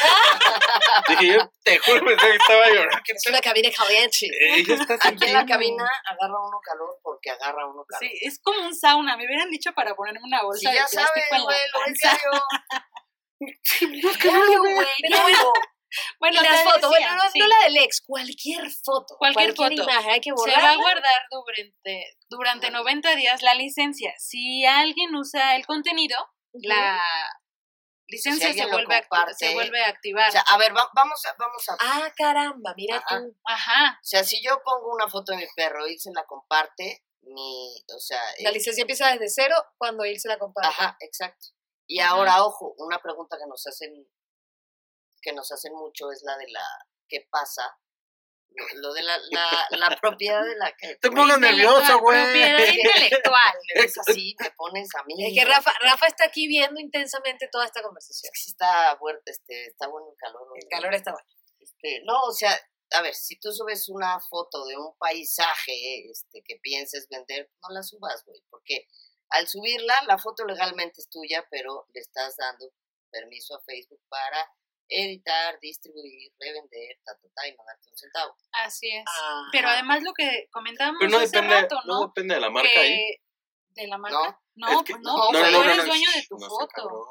Speaker 4: Dije, yo te juro pensé que estaba llorando.
Speaker 1: Es una cabina caliente.
Speaker 4: Eh, Ella está
Speaker 5: Aquí en la
Speaker 4: sintiendo.
Speaker 5: cabina agarra uno calor porque agarra uno calor.
Speaker 2: Sí, es como un sauna. Me hubieran dicho para ponerme una
Speaker 5: Si
Speaker 2: bolsa de
Speaker 5: ya
Speaker 2: plástico
Speaker 5: sabes,
Speaker 2: en la
Speaker 5: güey, lo
Speaker 2: panza.
Speaker 5: decía yo.
Speaker 1: Claro, güey. Pero bueno, y
Speaker 2: Bueno,
Speaker 1: las
Speaker 2: te
Speaker 1: fotos,
Speaker 2: decía,
Speaker 1: bueno, no,
Speaker 2: sí,
Speaker 1: no la del ex, cualquier foto.
Speaker 2: Cualquier foto.
Speaker 1: imagen, hay que
Speaker 2: se va a
Speaker 1: borrarla.
Speaker 2: guardar durante, durante 90 días la licencia. Si alguien usa el contenido,
Speaker 1: Ujú.
Speaker 2: la licencia se,
Speaker 5: alguien lo
Speaker 2: vuelve a, acti-
Speaker 5: comparte,
Speaker 2: se vuelve a
Speaker 5: O
Speaker 2: activar.
Speaker 5: sea, a ver, va- vamos a, vamos a. O
Speaker 1: Ah, caramba, mira
Speaker 5: Ajá.
Speaker 1: tú.
Speaker 2: Ajá.
Speaker 5: sea, si yo pongo una foto de mi perro y se la comparte, mi, o sea,
Speaker 1: La
Speaker 5: eh,
Speaker 1: licencia empieza desde cero cuando Ilse la comparte.
Speaker 5: Ajá, exacto. Y
Speaker 2: Ajá.
Speaker 5: ahora, ojo, una pregunta que nos hacen, que nos hacen mucho es la de la qué pasa, lo, lo de la, la, la propiedad de la que
Speaker 4: Te pongas nervioso,
Speaker 2: Intelectual, Propiedad
Speaker 4: güey.
Speaker 2: intelectual.
Speaker 5: me ves así, me pones a mí.
Speaker 1: Es que Rafa, Rafa está aquí viendo intensamente toda esta conversación.
Speaker 5: Sí está fuerte, este, está bueno el calor.
Speaker 1: El
Speaker 5: ¿no?
Speaker 1: calor está bueno.
Speaker 5: Este, no, o sea, a ver, si tú subes una foto de un paisaje este, que pienses vender, pues, no la subas, güey, porque al subirla, la foto legalmente es tuya, pero le estás dando permiso a Facebook para editar, distribuir, revender, ta, ta, ta, y no darte un centavo.
Speaker 2: Así es. Pero además lo que comentábamos
Speaker 4: Pero no
Speaker 2: hace
Speaker 4: depende,
Speaker 2: rato,
Speaker 4: no
Speaker 2: ¿no?
Speaker 4: depende de la marca ahí.
Speaker 2: Que- ¿De la marca? No,
Speaker 4: Es que-
Speaker 2: pues no,
Speaker 5: no,
Speaker 2: pues
Speaker 5: no,
Speaker 2: tú
Speaker 5: no,
Speaker 2: eres
Speaker 5: no,
Speaker 2: dueño de tu
Speaker 4: no seas
Speaker 2: foto. Ah, pues,
Speaker 4: cabrón.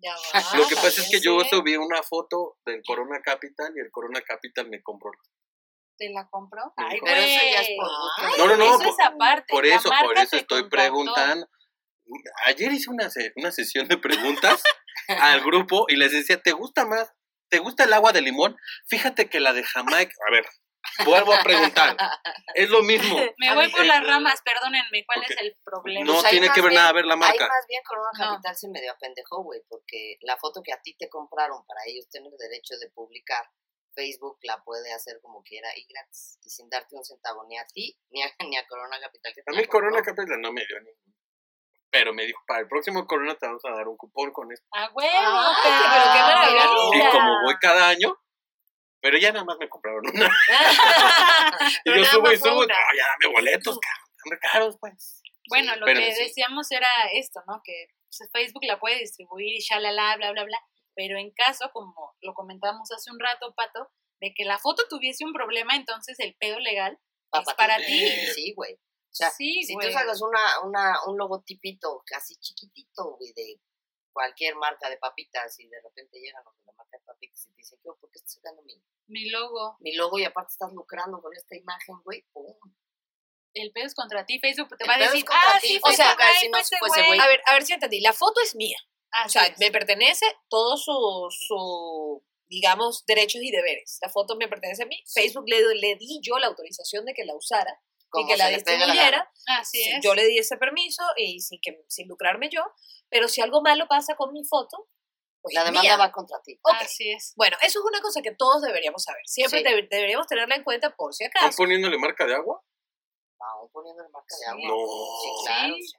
Speaker 1: Ya va,
Speaker 4: Lo que pasa es
Speaker 1: también
Speaker 4: que yo
Speaker 1: sí,
Speaker 4: subí una foto del Corona Capital y el Corona Capital me compró.
Speaker 2: ¿Te la compró?
Speaker 4: Me
Speaker 2: Ay,
Speaker 4: dijo,
Speaker 5: Pero eso ya es
Speaker 2: güey.
Speaker 5: por gusto.
Speaker 4: No, no, no,
Speaker 2: Eso es aparte.
Speaker 4: Por
Speaker 2: la
Speaker 4: eso,
Speaker 2: marca
Speaker 4: por eso
Speaker 2: te
Speaker 4: estoy
Speaker 2: contactó.
Speaker 4: preguntando. Ayer hice una, se- una sesión de preguntas al grupo y les decía, ¿te gusta más? ¿Te gusta el agua de limón? Fíjate que la de Jamaica... A ver, vuelvo a preguntar. Es lo mismo. Eh,
Speaker 2: Me voy por las ramas, perdónenme. ¿Cuál es el problema?
Speaker 4: Ah, No
Speaker 5: Pues ahí
Speaker 4: tiene
Speaker 5: más
Speaker 4: que ver
Speaker 5: bien-
Speaker 4: nada a ver la
Speaker 5: Ahí
Speaker 4: marca.
Speaker 5: más bien Corona
Speaker 2: No.
Speaker 5: Capital se medio apendejó, güey, porque la foto que a ti te compraron para ellos tener derecho de publicar, Facebook la puede hacer como quiera y gratis, y sin darte un centavo ni a ti, ni a, ni a Corona Capital. que te
Speaker 4: A
Speaker 5: la
Speaker 4: mí
Speaker 5: compró.
Speaker 4: Corona Capital no me dio ningún. Pero me dijo, para el próximo Corona te vamos a dar un cupón con esto.
Speaker 2: ¡A huevo!
Speaker 1: Ay,
Speaker 2: pero-
Speaker 1: pero qué maravilla.
Speaker 4: Y
Speaker 2: Mira.
Speaker 4: Ah, como voy cada año, pero ya nada más me compraron una. Y
Speaker 1: Pero
Speaker 4: yo
Speaker 1: nada
Speaker 4: subo y
Speaker 1: más fue
Speaker 4: subo.
Speaker 1: una.
Speaker 4: "No, ya dame boletos, cabrón. Están re caros, pues.
Speaker 2: Bueno, lo
Speaker 4: Espérame,
Speaker 2: que
Speaker 4: sí.
Speaker 2: decíamos era esto, ¿no? Que pues, Facebook la puede distribuir y shalala, bla, bla, bla. Pero en caso, como lo comentamos hace un rato, Pato, de que la foto tuviese un problema, entonces el pedo legal
Speaker 5: Pa-
Speaker 2: es para ti.
Speaker 4: ti.
Speaker 5: Sí, güey. O sea,
Speaker 2: sí,
Speaker 5: Si
Speaker 2: güey.
Speaker 5: tú sacas una, una, un logotipito casi chiquitito, güey, de cualquier marca de papitas y de repente llegan los de la marca de papitas y te dicen, yo, ¿por qué estás sacando mi,
Speaker 2: Mi logo,
Speaker 5: mi logo y aparte estás lucrando con esta imagen, güey? ¡Pum!
Speaker 2: el pedo es contra ti. Facebook te
Speaker 5: El
Speaker 2: va a
Speaker 5: pedo es
Speaker 2: decir,
Speaker 5: contra
Speaker 2: ah,
Speaker 5: ti,
Speaker 2: sí,
Speaker 1: o sea,
Speaker 2: Facebook, ay,
Speaker 5: si no
Speaker 2: fue ese
Speaker 5: fuese
Speaker 2: güey.
Speaker 5: pues, güey.
Speaker 1: A ver, a ver si entendí. La foto es mía. O
Speaker 2: Así
Speaker 1: sea,
Speaker 2: es.
Speaker 1: me pertenece todo su, su, digamos, derechos y deberes. La foto me pertenece a mí. Facebook le, doy- le di yo la autorización de que la usara y
Speaker 5: Como
Speaker 1: que la
Speaker 5: se le pega la
Speaker 1: distribuyera.
Speaker 2: Así
Speaker 1: Si
Speaker 2: es.
Speaker 1: Yo le di ese permiso y sin, que, sin lucrarme yo. Pero si algo malo pasa con mi foto, pues Oh.
Speaker 5: La
Speaker 1: es mía.
Speaker 5: demanda va contra ti.
Speaker 1: Ok.
Speaker 2: Así es.
Speaker 1: Bueno, eso es una cosa que todos deberíamos saber. Siempre
Speaker 5: Sí.
Speaker 1: debe- deberíamos tenerla en cuenta por si
Speaker 4: ¿Están
Speaker 1: acaso.
Speaker 4: poniéndole marca de agua?
Speaker 5: Aún poniendo la marca de
Speaker 2: Sí.
Speaker 5: agua.
Speaker 4: No.
Speaker 5: Sí, claro.
Speaker 2: Sí.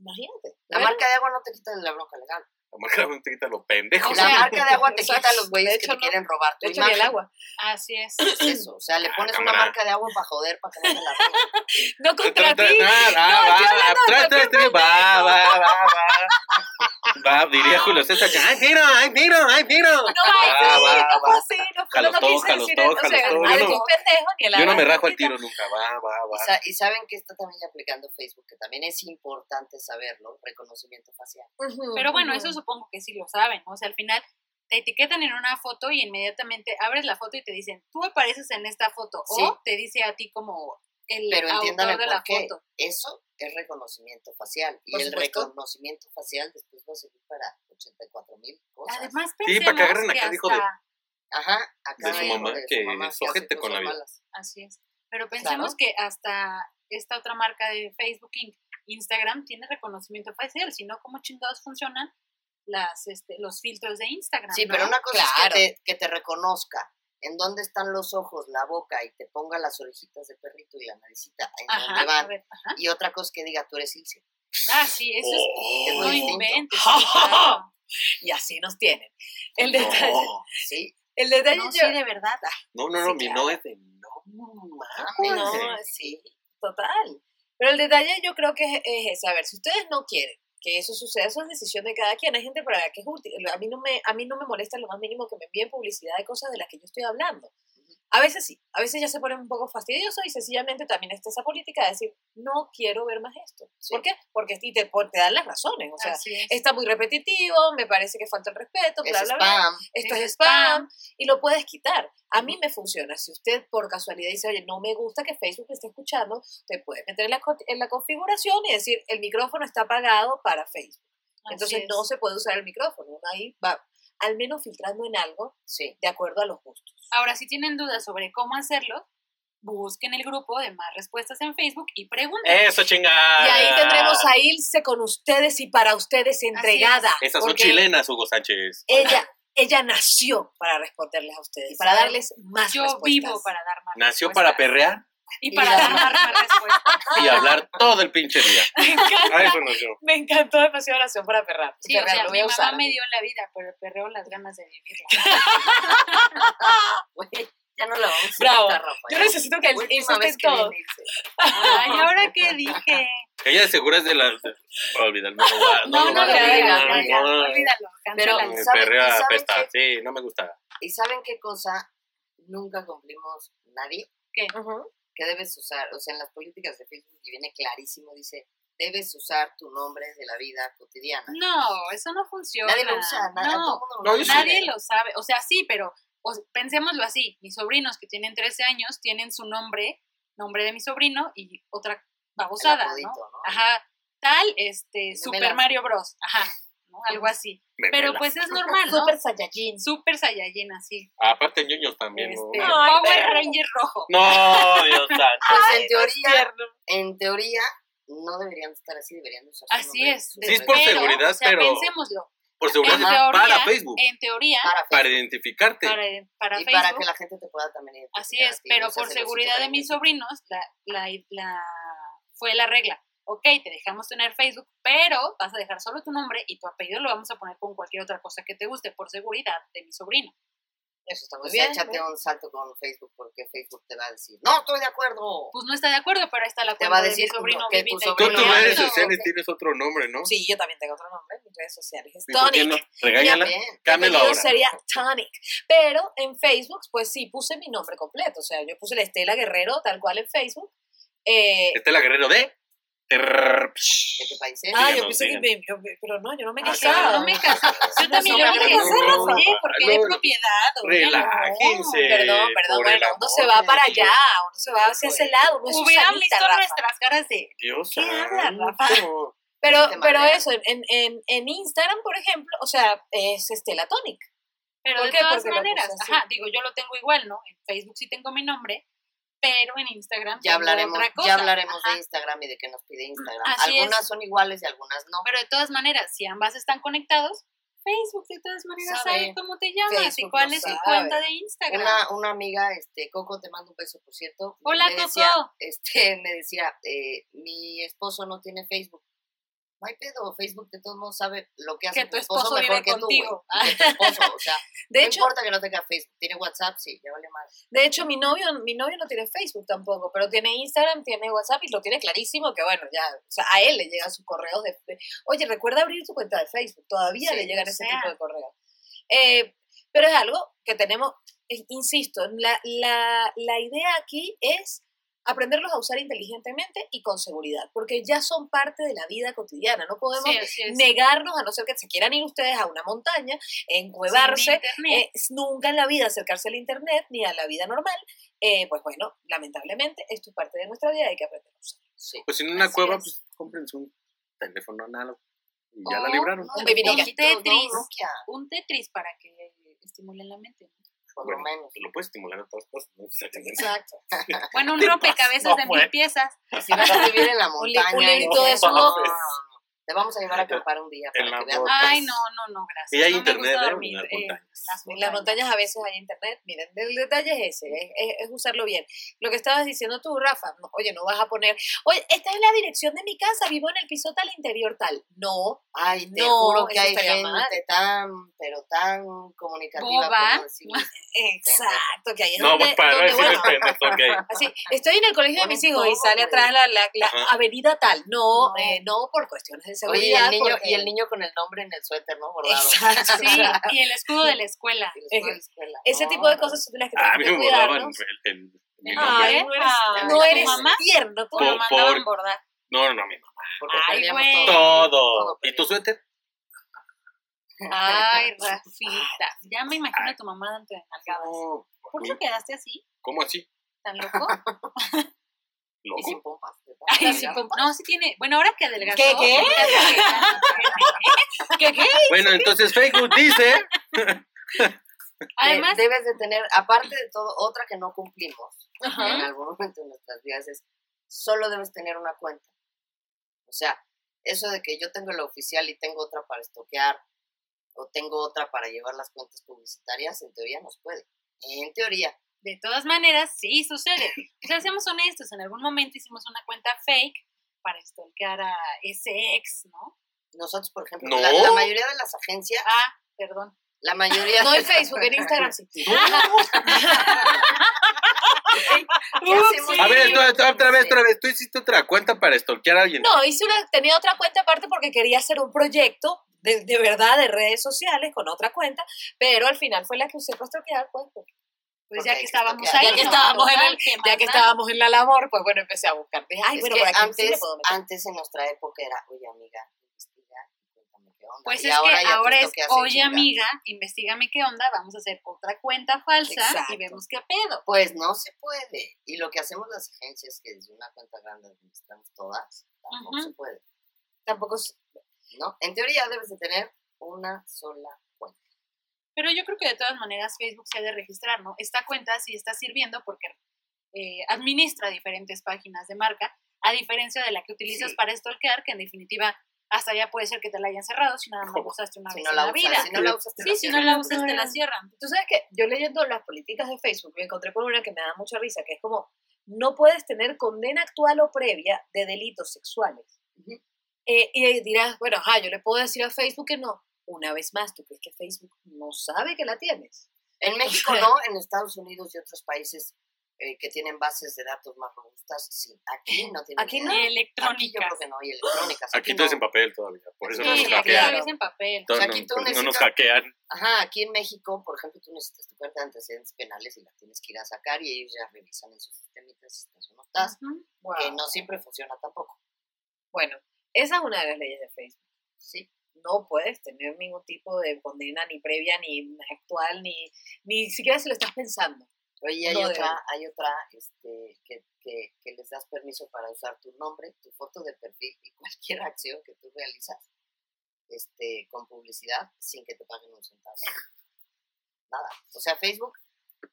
Speaker 1: Imagínate.
Speaker 5: La
Speaker 1: Bueno,
Speaker 5: marca de agua no te quita de la bronca legal.
Speaker 4: La marca de agua te quita lo pendejo.
Speaker 1: O
Speaker 5: la
Speaker 1: sea,
Speaker 5: marca de agua te
Speaker 1: exacto.
Speaker 5: quita a los
Speaker 1: De
Speaker 5: güeyes que
Speaker 1: hecho,
Speaker 5: te
Speaker 1: no.
Speaker 5: quieren robar tu
Speaker 1: de hecho, ni
Speaker 5: imagen.
Speaker 1: el agua. Ah,
Speaker 2: Así es.
Speaker 5: Es eso. O sea, le pones una
Speaker 4: cámara.
Speaker 5: marca de agua para joder, para que no te la roben.
Speaker 1: No contra ti.
Speaker 4: ah, va, tra, tra, tra, va, va, va, va. Va, diría Julio César, ¡ay, tiro, ay, tiro, ay, tiro! Va, va, va.
Speaker 1: Sí, no,
Speaker 4: Jalostó,
Speaker 1: no quise
Speaker 4: jalostó,
Speaker 1: decir eso, o sea,
Speaker 4: jalostó.
Speaker 1: al
Speaker 4: Yo no-
Speaker 1: tú pendejo ni el
Speaker 4: Yo no me
Speaker 1: agua.
Speaker 4: rajo el tiro nunca, va, va,
Speaker 5: Y,
Speaker 4: va.
Speaker 5: sa- y saben que está también aplicando Facebook, que también es importante saberlo, reconocimiento facial.
Speaker 1: Ujú,
Speaker 2: Pero bueno,
Speaker 1: ujú.
Speaker 2: eso supongo que sí lo saben, ¿no? O sea, al final te etiquetan en una foto y inmediatamente abres la foto y te dicen, tú apareces en esta foto.
Speaker 5: Sí.
Speaker 2: O te dice a ti como el
Speaker 5: Pero entiéndame
Speaker 2: autor de la
Speaker 5: por qué.
Speaker 2: foto.
Speaker 5: Eso es reconocimiento facial. Y
Speaker 1: Por
Speaker 5: el
Speaker 1: supuesto.
Speaker 5: reconocimiento facial después va a servir para 84 mil cosas.
Speaker 2: Además,
Speaker 4: Sí,
Speaker 2: pensemos
Speaker 4: para que agarren
Speaker 2: que
Speaker 4: acá,
Speaker 2: hasta...
Speaker 4: dijo de-
Speaker 5: Ajá, acá
Speaker 4: de su
Speaker 5: hay
Speaker 4: mamá,
Speaker 5: de su
Speaker 4: que
Speaker 5: mamá
Speaker 4: es
Speaker 5: hace
Speaker 4: ojete con la
Speaker 5: cosas
Speaker 4: vida.
Speaker 5: malas.
Speaker 2: Así es. Pero pensemos
Speaker 5: Claro.
Speaker 2: que hasta esta otra marca de Facebook, Inc., Instagram, tiene reconocimiento facial. Si no, ¿cómo chingados funcionan las, este, los filtros de Instagram?
Speaker 5: Sí,
Speaker 2: no?
Speaker 5: pero una cosa
Speaker 1: Claro.
Speaker 5: es que te, que te reconozca en dónde están los ojos, la boca y te ponga las orejitas de perrito y la naricita en
Speaker 2: Ajá,
Speaker 5: dónde
Speaker 2: a
Speaker 5: van.
Speaker 2: ver, ajá.
Speaker 5: Y otra cosa que diga, tú eres Ilse.
Speaker 2: Ah, sí, eso es...
Speaker 5: es
Speaker 2: No
Speaker 5: muy
Speaker 4: Oh,
Speaker 5: distinto.
Speaker 2: inventes. sí, claro.
Speaker 1: Y así nos tienen. El detalle,
Speaker 5: Sí,
Speaker 1: el detalle
Speaker 2: No,
Speaker 1: yo-
Speaker 2: sí, de verdad.
Speaker 4: No, no, no,
Speaker 1: Sí,
Speaker 4: mi
Speaker 1: claro.
Speaker 4: no es de no.
Speaker 5: "Oh, mames.
Speaker 1: No, sí, total. Pero el detalle yo creo que es, es ese. A ver, si ustedes no quieren que eso suceda, eso es decisión de cada quien. Hay gente para la que es útil. A mí no me, a mí no me molesta lo más mínimo que me envíen publicidad de cosas de las que yo estoy hablando. A veces sí, a veces ya se ponen un poco fastidiosos y sencillamente también está esa política de decir, no quiero ver más esto.
Speaker 5: Sí.
Speaker 1: ¿Por qué? Porque y te, por- te dan las razones. O sea,
Speaker 2: Así es.
Speaker 1: está muy repetitivo, me parece que falta el respeto,
Speaker 5: Es
Speaker 1: bla, bla, bla
Speaker 5: spam.
Speaker 1: esto
Speaker 2: Es
Speaker 1: es spam, y lo puedes quitar. A mí me funciona. Si usted por casualidad dice, oye, no me gusta que Facebook me esté escuchando, te puedes meter en la, co- en la configuración y decir, el micrófono está apagado para Facebook.
Speaker 2: Así
Speaker 1: Entonces
Speaker 2: es.
Speaker 1: no se puede usar el micrófono. Uno Ahí va, al menos filtrando en algo
Speaker 5: Sí.
Speaker 1: de acuerdo a los gustos.
Speaker 2: Ahora, si tienen dudas sobre cómo hacerlo, busquen el grupo de más respuestas en Facebook y pregunten.
Speaker 4: Eso, chingada.
Speaker 1: Y
Speaker 2: Ah.
Speaker 1: ahí tendremos a Ilse con ustedes y para ustedes entregada.
Speaker 4: Esas son
Speaker 1: porque
Speaker 4: chilenas, Hugo Sánchez.
Speaker 1: Ella, ella nació para responderles a ustedes, para
Speaker 2: Exacto.
Speaker 1: darles más
Speaker 2: Yo
Speaker 1: respuestas.
Speaker 2: vivo para dar más
Speaker 4: Nació
Speaker 2: respuestas.
Speaker 4: para perrear
Speaker 2: Y
Speaker 5: Y
Speaker 2: para dar
Speaker 5: dar
Speaker 2: más respuestas.
Speaker 4: y hablar todo el pinche día. A eso nació.
Speaker 1: Me encantó demasiado la oración para perrar.
Speaker 2: Sí, o
Speaker 1: Perrar,
Speaker 2: sea,
Speaker 1: lo
Speaker 2: mi
Speaker 1: voy a
Speaker 2: mamá
Speaker 1: usar.
Speaker 2: me dio la vida, pero el perreo las ganas de vivirla.
Speaker 5: Güey, Ya no la vamos a
Speaker 1: Bravo.
Speaker 5: invitar, Rafa.
Speaker 1: Yo necesito que
Speaker 5: ¿eh? Última
Speaker 1: insultes
Speaker 5: vez que
Speaker 1: todo.
Speaker 5: viene, dice.
Speaker 2: Ay, ¿ahora qué dije?
Speaker 4: Ella de seguro es de la. de- Olvídalo. No, lo va-
Speaker 2: No, no,
Speaker 4: lo va a
Speaker 2: lo
Speaker 5: digas,
Speaker 4: decir,
Speaker 2: digas,
Speaker 5: no,
Speaker 2: no,
Speaker 4: no,
Speaker 2: digas,
Speaker 4: no.
Speaker 2: olvídalo,
Speaker 5: Pero-
Speaker 2: cancélalo.
Speaker 4: Me
Speaker 5: ¿Saben-
Speaker 4: perrea
Speaker 5: saben
Speaker 4: apesta. Sí, no me gusta.
Speaker 5: ¿Y saben qué cosa nunca cumplimos nadie?
Speaker 2: ¿Qué?
Speaker 5: Que debes usar, o sea, en las políticas de Facebook y viene clarísimo, dice, debes usar tu nombre de la vida cotidiana.
Speaker 2: No, eso no funciona.
Speaker 5: Nadie lo usa, nada,
Speaker 2: No,
Speaker 5: todo el mundo lo
Speaker 4: No, yo
Speaker 5: usa.
Speaker 4: sí.
Speaker 2: nadie lo sabe. O sea, sí, pero o- pensémoslo así. Mis sobrinos que tienen 13 años tienen su nombre, nombre de mi sobrino y otra babosada,
Speaker 5: El
Speaker 2: ¿no?
Speaker 5: apodito, ¿no?
Speaker 2: Ajá, tal, este,
Speaker 5: Me
Speaker 2: Super
Speaker 5: pelas.
Speaker 2: Mario Bros. Ajá, ¿no? algo así.
Speaker 4: Me
Speaker 2: Pero
Speaker 4: pela.
Speaker 2: pues es normal, ¿no?
Speaker 1: Super Saiyajin.
Speaker 2: Super Saiyajin, así.
Speaker 4: Aparte, ñoños también.
Speaker 2: Este,
Speaker 4: No,
Speaker 1: Ay,
Speaker 2: Power
Speaker 1: pero-
Speaker 2: Ranger rojo.
Speaker 4: no Dios santo.
Speaker 5: Pues en teoría, en teoría, no deberían estar así, deberían usar su
Speaker 2: Así
Speaker 5: nombre.
Speaker 2: es.
Speaker 4: Sí, es por
Speaker 2: pero,
Speaker 4: seguridad,
Speaker 2: o sea,
Speaker 4: pero-
Speaker 2: Pensémoslo.
Speaker 4: Por
Speaker 2: En
Speaker 4: seguridad
Speaker 2: teoría,
Speaker 4: para Facebook.
Speaker 2: En teoría,
Speaker 5: Para
Speaker 4: Para
Speaker 5: Facebook.
Speaker 4: identificarte.
Speaker 2: para, eh, para
Speaker 5: y
Speaker 2: Facebook.
Speaker 5: para que la gente te pueda también identificar
Speaker 2: Así
Speaker 5: a
Speaker 2: es,
Speaker 5: ti,
Speaker 2: pero
Speaker 5: no seas
Speaker 2: por
Speaker 5: el osito
Speaker 2: seguridad de mis
Speaker 5: cariñoso.
Speaker 2: sobrinos, la, la, la- fue la regla. Ok, te dejamos tener Facebook, pero vas a dejar solo tu nombre y tu apellido lo vamos a poner con cualquier otra cosa que te guste, por seguridad de mi sobrino.
Speaker 1: Eso está muy
Speaker 5: O sea,
Speaker 1: bien.
Speaker 5: Pues
Speaker 2: ¿eh?
Speaker 5: échate un salto con Facebook porque Facebook te va a decir, no, estoy de acuerdo.
Speaker 2: Pues no está de acuerdo, pero ahí está la
Speaker 5: Te
Speaker 2: cuenta
Speaker 5: va a
Speaker 2: de
Speaker 5: decir
Speaker 2: mi sobrino.
Speaker 5: no, que
Speaker 2: vivita
Speaker 5: tu
Speaker 2: y
Speaker 4: Tú en tus
Speaker 5: Bueno,
Speaker 4: redes
Speaker 5: no,
Speaker 2: coleando.
Speaker 4: sociales
Speaker 5: ok.
Speaker 4: tienes otro nombre, ¿no?
Speaker 1: Sí, yo también tengo otro nombre en mis redes sociales. Es
Speaker 4: ¿Y por qué
Speaker 1: Tonic.
Speaker 4: no? Regáñala.
Speaker 5: Bien.
Speaker 4: Cámbialo
Speaker 1: Apellido
Speaker 4: ahora.
Speaker 1: sería Tonic. Pero en Facebook, pues sí puse mi nombre completo. O sea, yo puse la Estela Guerrero tal cual en Facebook. Eh,
Speaker 4: Estela Guerrero de. Terrr,
Speaker 5: ¿De qué
Speaker 4: psh.
Speaker 5: país es?
Speaker 1: ah,
Speaker 4: síganos,
Speaker 1: yo pensé que
Speaker 4: síganos.
Speaker 1: me, yo- pero no, yo no me he
Speaker 4: Ah,
Speaker 1: casado.
Speaker 2: No me casé. Yo también
Speaker 1: No,
Speaker 2: yo
Speaker 1: no,
Speaker 2: dije,
Speaker 1: no,
Speaker 2: "Oye,
Speaker 1: no,
Speaker 2: porque
Speaker 4: no,
Speaker 2: de
Speaker 4: no.
Speaker 2: propiedad. oye,
Speaker 4: Relájense.
Speaker 2: no".
Speaker 1: Perdón, perdón,
Speaker 4: por el
Speaker 1: bueno, uno
Speaker 4: amor
Speaker 1: se va
Speaker 4: de
Speaker 1: para
Speaker 4: Dios.
Speaker 1: allá, uno se va hacia ese lado, uno es
Speaker 2: Hubieran
Speaker 1: Susanita,
Speaker 2: visto
Speaker 1: Rafa.
Speaker 2: nuestras caras de
Speaker 4: Dios
Speaker 2: ¿Qué habla,
Speaker 4: santo.
Speaker 1: Pero,
Speaker 5: Te
Speaker 1: pero
Speaker 5: madrean.
Speaker 1: eso, en, en, en Instagram, por ejemplo, o sea, es este, Estela Tonic.
Speaker 2: Pero
Speaker 1: ¿Por
Speaker 2: de
Speaker 1: qué?
Speaker 2: todas
Speaker 1: Porque lo
Speaker 2: maneras,
Speaker 1: puse así.
Speaker 2: ajá, digo, yo lo tengo igual, ¿no? En Facebook sí tengo mi nombre, pero en Instagram
Speaker 5: Ya
Speaker 2: tengo
Speaker 5: hablaremos,
Speaker 2: otra cosa.
Speaker 5: ya hablaremos
Speaker 2: Ajá.
Speaker 5: de Instagram y de qué nos pide Instagram.
Speaker 2: Así
Speaker 5: algunas
Speaker 2: es.
Speaker 5: son iguales y algunas no.
Speaker 2: Pero de todas maneras, si ambas están conectados, Facebook de todas maneras
Speaker 5: Sabe.
Speaker 2: sabe, cómo te llamas y
Speaker 1: Facebook
Speaker 2: cuál
Speaker 1: lo
Speaker 2: es tu
Speaker 1: sabe.
Speaker 2: cuenta de Instagram.
Speaker 5: Una, una amiga, este, Coco, te mando un beso, por cierto.
Speaker 2: Hola,
Speaker 5: me decía,
Speaker 2: Coco.
Speaker 5: Este, me decía, eh, mi esposo no tiene Facebook. No hay pedo, Facebook de todos modos sabe lo que hace
Speaker 2: Que
Speaker 5: tu
Speaker 2: tu
Speaker 5: esposo,
Speaker 2: esposo
Speaker 5: mejor
Speaker 2: vive
Speaker 5: que
Speaker 2: contigo.
Speaker 5: tú, güey, y que tu esposo, o sea,
Speaker 1: De
Speaker 5: no
Speaker 1: hecho,
Speaker 5: importa que no tenga Facebook, tiene WhatsApp, sí, ya vale más.
Speaker 1: de hecho mi novio, mi novio no tiene Facebook tampoco, pero tiene Instagram, tiene WhatsApp y lo tiene clarísimo que bueno, ya, o sea, a él le llegan sus correos de, de- oye, recuerda abrir tu cuenta de Facebook, todavía
Speaker 5: Sí,
Speaker 1: le llegan
Speaker 2: o
Speaker 1: ese
Speaker 2: sea.
Speaker 1: tipo de correos. Eh, pero es algo que tenemos, eh, insisto, la, la, la idea aquí es aprenderlos a usar inteligentemente y con seguridad, porque ya son parte de la vida cotidiana, no podemos
Speaker 2: Sí, así es.
Speaker 1: negarnos, a no ser que se quieran ir ustedes a una montaña,
Speaker 2: Sin
Speaker 1: encuevarse,
Speaker 2: internet.
Speaker 1: eh, s- nunca en la vida acercarse al internet ni a la vida normal, eh, pues bueno, lamentablemente esto es parte de nuestra vida y hay que aprender a usar.
Speaker 5: Sí.
Speaker 4: Pues en una
Speaker 2: Así
Speaker 4: cueva,
Speaker 2: es.
Speaker 4: pues cómprense un teléfono análogo. Y ya la
Speaker 2: Oh,
Speaker 4: libraron.
Speaker 2: no, Un
Speaker 1: baby
Speaker 5: Un
Speaker 1: Nokia.
Speaker 2: Tetris.
Speaker 5: no, Nokia,
Speaker 2: Un Tetris para que estimulen la mente.
Speaker 5: por
Speaker 4: Bueno.
Speaker 5: lo menos.
Speaker 4: Lo puedes estimular a todas cosas. ¿no? Exactamente.
Speaker 1: Exacto.
Speaker 2: Bueno, un
Speaker 4: ¿Qué
Speaker 2: rompecabezas
Speaker 4: pasó,
Speaker 2: de
Speaker 4: güey?
Speaker 2: mil piezas.
Speaker 5: Si vas a vivir en la
Speaker 1: Un li- un
Speaker 5: montaña.
Speaker 1: librito de
Speaker 5: no,
Speaker 1: Sudoku.
Speaker 5: Te vamos a llevar a acampar un día
Speaker 4: En
Speaker 5: para que
Speaker 4: la
Speaker 5: veas.
Speaker 4: boca.
Speaker 2: Ay, no, no, no, gracias.
Speaker 4: Y hay
Speaker 2: No me
Speaker 4: internet,
Speaker 2: gusta
Speaker 4: ¿eh?
Speaker 2: dormir,
Speaker 4: En las
Speaker 2: eh,
Speaker 4: montañas.
Speaker 2: las
Speaker 1: En las
Speaker 2: montañas.
Speaker 1: montañas a veces hay internet, miren, el detalle es ese, es, es- es usarlo bien. Lo que estabas diciendo tú, Rafa, no, oye, no vas a poner, oye, esta es la dirección de mi casa, vivo en el piso tal, interior tal. No,
Speaker 5: Ay, te
Speaker 1: No,
Speaker 5: juro que
Speaker 1: eso
Speaker 5: hay
Speaker 1: estaría
Speaker 5: gente
Speaker 1: mal.
Speaker 5: tan, pero tan comunicativa.
Speaker 2: Boba.
Speaker 5: como decimos.
Speaker 1: exacto, que ahí es
Speaker 4: No,
Speaker 1: donde,
Speaker 4: pues para no
Speaker 1: donde,
Speaker 4: decir
Speaker 1: bueno,
Speaker 4: pendejo, ok.
Speaker 1: Así, estoy en el colegio de
Speaker 5: Ponen
Speaker 1: mis hijos y
Speaker 5: todo,
Speaker 1: sale
Speaker 5: güey.
Speaker 1: atrás la, la, la
Speaker 4: Ajá.
Speaker 1: avenida tal. No,
Speaker 5: No.
Speaker 1: no. no por cuestiones de
Speaker 5: Oye, y
Speaker 1: seguridad.
Speaker 5: el, niño,
Speaker 1: porque-
Speaker 5: y el niño con el nombre en el suéter, ¿no? Bordado.
Speaker 1: Exacto.
Speaker 2: Sí, y el escudo de la escuela.
Speaker 5: Y los juegos de escuela.
Speaker 1: Ese
Speaker 5: No,
Speaker 1: tipo de cosas son de las que
Speaker 4: Ah, A
Speaker 1: tenemos
Speaker 4: mí me
Speaker 1: que
Speaker 4: borraban
Speaker 1: cuidarnos.
Speaker 4: el, el- mi
Speaker 1: Ay,
Speaker 4: nombre.
Speaker 2: Ay,
Speaker 1: no eres-
Speaker 2: ah,
Speaker 1: No
Speaker 5: ¿Tu
Speaker 1: eres
Speaker 2: mamá?
Speaker 1: tierno.
Speaker 2: Como lo
Speaker 4: Por-
Speaker 2: mandaban
Speaker 4: por-
Speaker 2: bordar.
Speaker 4: No, no, no, mi mamá.
Speaker 5: Porque
Speaker 2: Ay,
Speaker 5: perdíamos
Speaker 2: güey.
Speaker 4: Todo.
Speaker 5: Todo
Speaker 4: ¿Y tu suéter?
Speaker 2: Ay, Rafita. Ya me imagino a tu mamá dando de nalgadas.
Speaker 4: No.
Speaker 2: ¿Por qué te quedaste así?
Speaker 4: ¿Cómo así?
Speaker 2: ¿Tan loco?
Speaker 5: Y sin
Speaker 4: Loco.
Speaker 5: pompas. ¿verdad?
Speaker 2: Ay, sí, como- no, sí tiene. Bueno, ahora que adelgazó.
Speaker 1: ¿Qué, qué?
Speaker 2: ya se adelgaza,
Speaker 1: ¿Qué, qué?
Speaker 4: Bueno, entonces Facebook dice.
Speaker 2: pero-
Speaker 5: Que
Speaker 2: Además,
Speaker 5: eh, debes de tener, aparte de todo, otra que no cumplimos en
Speaker 1: Ajá.
Speaker 5: algún momento de nuestras vidas es, solo debes tener una cuenta. O sea, eso de que yo tengo la oficial y tengo otra para estoquear o tengo otra para llevar las cuentas publicitarias, en teoría nos puede. En teoría.
Speaker 2: de todas maneras, sí sucede. O sea, seamos honestos. En algún momento hicimos una cuenta fake para stalkear a ese ex, ¿no?
Speaker 5: Nosotros, por ejemplo,
Speaker 4: No.
Speaker 5: la, la mayoría de las agencias
Speaker 2: Ah, perdón.
Speaker 5: La mayoría.
Speaker 1: No en Facebook, en Instagram sí.
Speaker 5: ¿Qué hacemos?
Speaker 4: A ver,
Speaker 5: Sí.
Speaker 4: otra- otra, otra vez,
Speaker 5: Sí.
Speaker 4: otra vez. Tú hiciste otra cuenta para stalkear a alguien.
Speaker 1: No, hice una, tenía otra cuenta aparte porque quería hacer un proyecto de, de verdad de redes sociales con otra cuenta, pero al final fue la que usé para stalkear, pues, pues,
Speaker 2: Pues
Speaker 5: Porque
Speaker 2: ya
Speaker 5: hay
Speaker 2: que
Speaker 5: que
Speaker 2: estábamos
Speaker 5: estoquear.
Speaker 2: ahí.
Speaker 1: ya que
Speaker 2: no,
Speaker 1: estábamos en
Speaker 2: total,
Speaker 1: el,
Speaker 2: ¿qué
Speaker 1: ya
Speaker 2: más
Speaker 1: que
Speaker 2: da?
Speaker 1: estábamos en la labor, pues bueno, empecé a buscar. Dije, Ay,
Speaker 5: Es
Speaker 1: bueno,
Speaker 5: que
Speaker 1: por aquí sí le
Speaker 5: antes,
Speaker 1: puedo meter.
Speaker 5: antes en nuestra época era, oye amiga, investiga, cuéntame qué onda.
Speaker 2: Pues
Speaker 5: Y
Speaker 2: es que
Speaker 5: ya te
Speaker 2: ahora es,
Speaker 5: toqueas en
Speaker 2: oye
Speaker 5: chinga.
Speaker 2: amiga, investigame qué onda, vamos a hacer otra cuenta falsa
Speaker 1: Exacto.
Speaker 2: y vemos qué pedo.
Speaker 5: Pues no se puede. Y lo que hacemos las agencias, que desde una cuenta grande administramos todas, tampoco
Speaker 2: Ujú.
Speaker 5: se puede.
Speaker 1: Tampoco es-
Speaker 5: ¿no? En teoría debes de tener una sola cuenta.
Speaker 2: Pero yo creo que de todas maneras Facebook se ha de registrar, ¿no? Esta cuenta sí está sirviendo porque eh, administra diferentes páginas de marca, a diferencia de la que utilizas
Speaker 5: Sí.
Speaker 2: para stalkear, que en definitiva hasta ya puede ser que te la hayan cerrado si nada más
Speaker 4: ¿Cómo?
Speaker 2: usaste una
Speaker 5: Si
Speaker 2: vez
Speaker 5: no
Speaker 2: Ah, pues en
Speaker 5: la
Speaker 2: la
Speaker 5: usas,
Speaker 2: vida.
Speaker 5: si no la usas, te
Speaker 2: sí,
Speaker 5: la
Speaker 2: si no
Speaker 5: cierran.
Speaker 2: la usas te la cierran.
Speaker 1: Tú sabes que yo leyendo las políticas de Facebook me encontré con una que me da mucha risa, que es como, no puedes tener condena actual o previa de delitos sexuales. Eh, y dirás, bueno, ajá, yo le puedo decir a Facebook que no. Una vez más, ¿tú crees que Facebook no sabe que la tienes?
Speaker 5: En México no, en Estados Unidos y otros países eh, que tienen bases de datos más robustas, sí. Aquí no tienen.
Speaker 1: Aquí
Speaker 5: idea.
Speaker 1: no.
Speaker 2: Y
Speaker 5: Aquí yo
Speaker 2: electrónicas.
Speaker 5: creo que no, y electrónicas.
Speaker 4: Aquí
Speaker 5: no.
Speaker 4: todo es en papel todavía. Por eso no
Speaker 2: Sí,
Speaker 4: nos
Speaker 5: Aquí
Speaker 2: aquí
Speaker 5: claro.
Speaker 2: lo
Speaker 4: hackean.
Speaker 2: ves en papel.
Speaker 4: Todo
Speaker 5: O sea,
Speaker 4: no- pues,
Speaker 5: aquí tú
Speaker 4: no nos
Speaker 5: necesitas-
Speaker 4: hackean.
Speaker 5: Ajá, aquí en México, por ejemplo, tú necesitas tu carta de antecedentes penales y la tienes que ir a sacar y ellos ya revisan en sus sistemitas si estás o no estás,
Speaker 2: Ujú.
Speaker 1: Wow.
Speaker 5: que no siempre funciona tampoco.
Speaker 1: Bueno, esa es una de las leyes de Facebook.
Speaker 5: Sí.
Speaker 1: No puedes tener ningún tipo de condena, ni previa, ni actual, ni, ni siquiera si lo estás pensando.
Speaker 5: Oye, y hay
Speaker 1: No, de
Speaker 5: otra,
Speaker 1: verdad.
Speaker 5: hay otra este, que, que, que les das permiso para usar tu nombre, tu foto de perfil y cualquier acción que tú realizas este, con publicidad sin que te paguen un centavo. Nada. O sea, Facebook,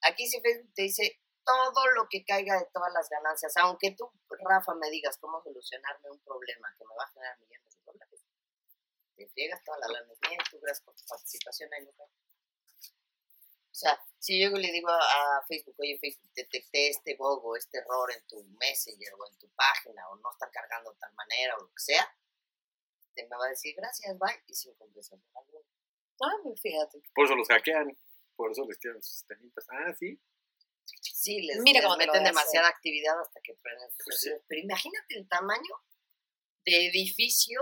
Speaker 5: aquí sí Facebook te dice todo lo que caiga de todas las ganancias, aunque tú, Rafa, me digas cómo solucionarme un problema que me va a generar millones de dólares. Te friegas toda la lana es mía y tú gracias por tu participación ahí no cae. O sea, si yo le digo a Facebook, oye Facebook, detecté este bug o este error en tu Messenger o en tu página o no está cargando de tal manera o lo que sea, te me va a decir gracias, bye, y sin compensación alguna.
Speaker 1: Ah, fíjate.
Speaker 4: Por eso los hackean. Por eso les tiran sus sistemitas. Ah, sí.
Speaker 5: Sí, les,
Speaker 1: Mira
Speaker 5: les
Speaker 1: cómo te lo
Speaker 5: meten
Speaker 1: voy a hacer.
Speaker 5: demasiada actividad hasta que prenden sus
Speaker 4: Pues sí.
Speaker 5: redes. Pero imagínate el tamaño de edificio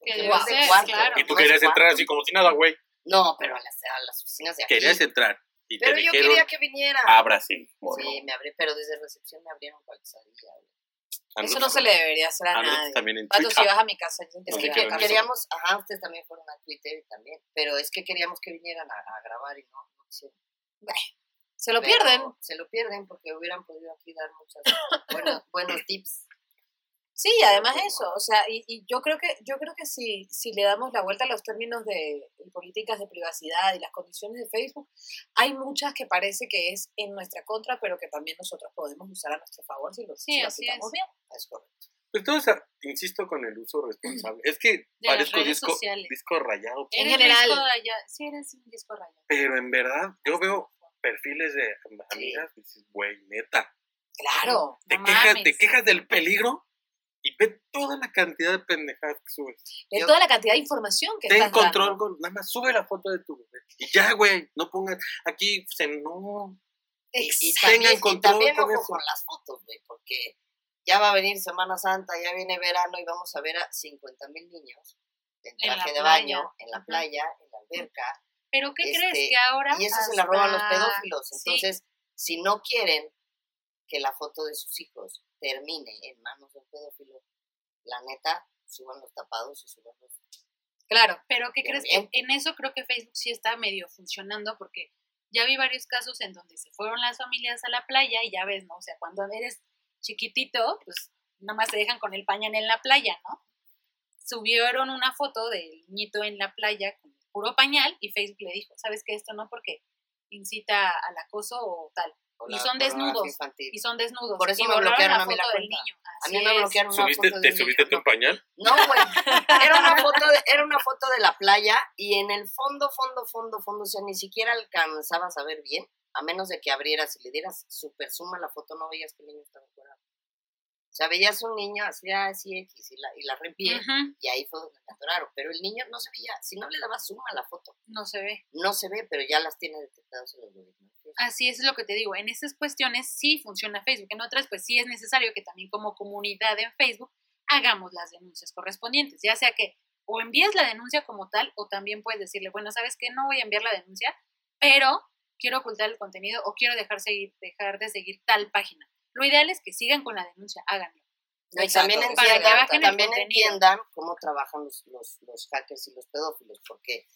Speaker 2: Que
Speaker 5: porque
Speaker 2: debe
Speaker 5: no es de
Speaker 2: ser,
Speaker 5: cuarto,
Speaker 2: claro.
Speaker 4: Y tú
Speaker 5: no es
Speaker 4: querías entrar
Speaker 5: cuarto.
Speaker 4: así como si nada, güey.
Speaker 5: No, pero a las, a las oficinas de aquí.
Speaker 4: Querías entrar. Y te
Speaker 5: pero yo
Speaker 4: dijeron, Ah,
Speaker 5: quería que viniera.
Speaker 4: ábrase. morro".
Speaker 5: sí, me abrí, pero desde recepción me abrieron cualizadilla.
Speaker 4: A
Speaker 1: Eso no
Speaker 4: nosotros-
Speaker 1: se le debería hacer a,
Speaker 4: a nosotros
Speaker 1: nadie.
Speaker 4: también en
Speaker 1: Pato,
Speaker 4: Twitter.
Speaker 1: si vas a mi casa, yo te
Speaker 5: Es
Speaker 4: Nos
Speaker 1: voy
Speaker 5: que,
Speaker 1: a
Speaker 5: que-
Speaker 4: dijeron
Speaker 1: casa.
Speaker 4: eso.
Speaker 5: queríamos, ajá, ustedes también fueron a Twitter y también, pero es que queríamos que vinieran a, a grabar y no, no quisieron.
Speaker 1: Se lo
Speaker 5: Pero
Speaker 1: pierden.
Speaker 5: Se lo pierden porque hubieran podido aquí dar muchas buenas, buenos tips.
Speaker 1: Sí, además eso, o sea, y, y yo creo que yo creo que si, si le damos la vuelta a los términos de de políticas de privacidad y las condiciones de Facebook, hay muchas que parece que es en nuestra contra, pero que también nosotros podemos usar a nuestro favor si lo, si
Speaker 2: Sí,
Speaker 1: lo
Speaker 2: así
Speaker 1: aplicamos
Speaker 2: es.
Speaker 1: bien.
Speaker 5: Es correcto.
Speaker 4: Pues todo eso, insisto, con el uso responsable. Es que
Speaker 2: las
Speaker 4: parezco
Speaker 2: redes
Speaker 4: disco,
Speaker 2: sociales.
Speaker 4: disco rayado.
Speaker 1: En
Speaker 2: Eres
Speaker 1: general.
Speaker 2: disco rayado. Sí, eres un disco rayado.
Speaker 4: Pero en verdad, yo veo perfiles de am- amigas y dices, güey, neta.
Speaker 1: Claro.
Speaker 4: Te,
Speaker 2: No
Speaker 4: quejas, te
Speaker 2: mames.
Speaker 4: quejas del peligro y ve toda la cantidad de pendejadas que subes.
Speaker 1: Es
Speaker 5: Yo-
Speaker 1: toda la cantidad de información que
Speaker 4: Ten
Speaker 1: estás dando.
Speaker 4: control, gol, nada más sube la foto de tu bebé. Y ya, güey, no pongas aquí, se no.
Speaker 5: Y,
Speaker 1: Exacto.
Speaker 5: y
Speaker 4: Tengan
Speaker 5: también, y
Speaker 4: control
Speaker 5: también
Speaker 4: con
Speaker 5: ojo
Speaker 4: eso.
Speaker 5: con las fotos, güey, porque ya va a venir Semana Santa, ya viene verano y vamos a ver a 50 mil niños en
Speaker 2: En la
Speaker 5: traje de
Speaker 2: playa.
Speaker 5: baño, en la
Speaker 2: Ajá.
Speaker 5: playa, en la alberca,
Speaker 2: Pero ¿qué
Speaker 5: Este,
Speaker 2: crees que ahora?
Speaker 5: Y eso se la roban los
Speaker 2: hasta-
Speaker 5: pedófilos.
Speaker 2: sí.
Speaker 5: Entonces, si no quieren que la foto de sus hijos termine en manos de un pedófilo, la neta, suban los tapados y suban los...
Speaker 1: Claro.
Speaker 2: Pero ¿qué
Speaker 5: Ya
Speaker 2: crees?
Speaker 5: bien.
Speaker 2: Que en eso creo que Facebook sí está medio funcionando porque ya vi varios casos en donde se fueron las familias a la playa y ya ves, ¿no? O sea, cuando eres chiquitito, pues nada más te dejan con el pañal en la playa, ¿no? Subieron una foto del niñito en la playa con puro pañal y Facebook le dijo, ¿sabes qué? Esto no porque incita al acoso o tal.
Speaker 5: o
Speaker 2: Y
Speaker 5: la
Speaker 2: son
Speaker 5: pornografía
Speaker 2: desnudos.
Speaker 5: infantil.
Speaker 2: Y son desnudos.
Speaker 5: Por eso
Speaker 2: y
Speaker 5: me
Speaker 2: borraron
Speaker 5: bloquearon
Speaker 2: la
Speaker 5: a mí la
Speaker 2: foto del
Speaker 5: cuenta.
Speaker 2: niño.
Speaker 5: A
Speaker 2: Así
Speaker 5: mí me
Speaker 2: es.
Speaker 5: bloquearon una
Speaker 4: ¿Subiste,
Speaker 5: foto de
Speaker 4: ¿Te
Speaker 5: un
Speaker 4: subiste
Speaker 5: niño.
Speaker 4: tu pañal?
Speaker 5: No, güey. Era una foto de- era una foto de la playa y en el fondo, fondo, fondo, fondo, o sea, ni siquiera alcanzabas a ver bien, a menos de que abrieras y le dieras super suma la foto, no veías que el niño estaba fuera. O sea, veías un niño así, así, X, y la, y la reempié,
Speaker 2: Ujú,
Speaker 5: y ahí fue donde me atoraron. Pero el niño no se veía, si no le daba suma a la foto,
Speaker 2: No se ve.
Speaker 5: no se ve, pero ya las tiene detectadas en los algoritmo.
Speaker 2: Así es lo que te digo. En esas cuestiones sí funciona Facebook. En otras, pues sí es necesario que también como comunidad en Facebook hagamos las denuncias correspondientes. Ya sea que o envías la denuncia como tal o también puedes decirle, bueno, ¿sabes qué? No voy a enviar la denuncia, pero quiero ocultar el contenido o quiero dejar, seguir, dejar de seguir tal página. Lo ideal es que sigan con la denuncia, háganlo.
Speaker 5: No, y
Speaker 1: Exacto,
Speaker 5: también,
Speaker 1: para
Speaker 2: que
Speaker 5: entiendan,
Speaker 2: bajen el
Speaker 5: también
Speaker 2: contenido.
Speaker 5: entiendan cómo trabajan los, los, los hackers y los pedófilos, porque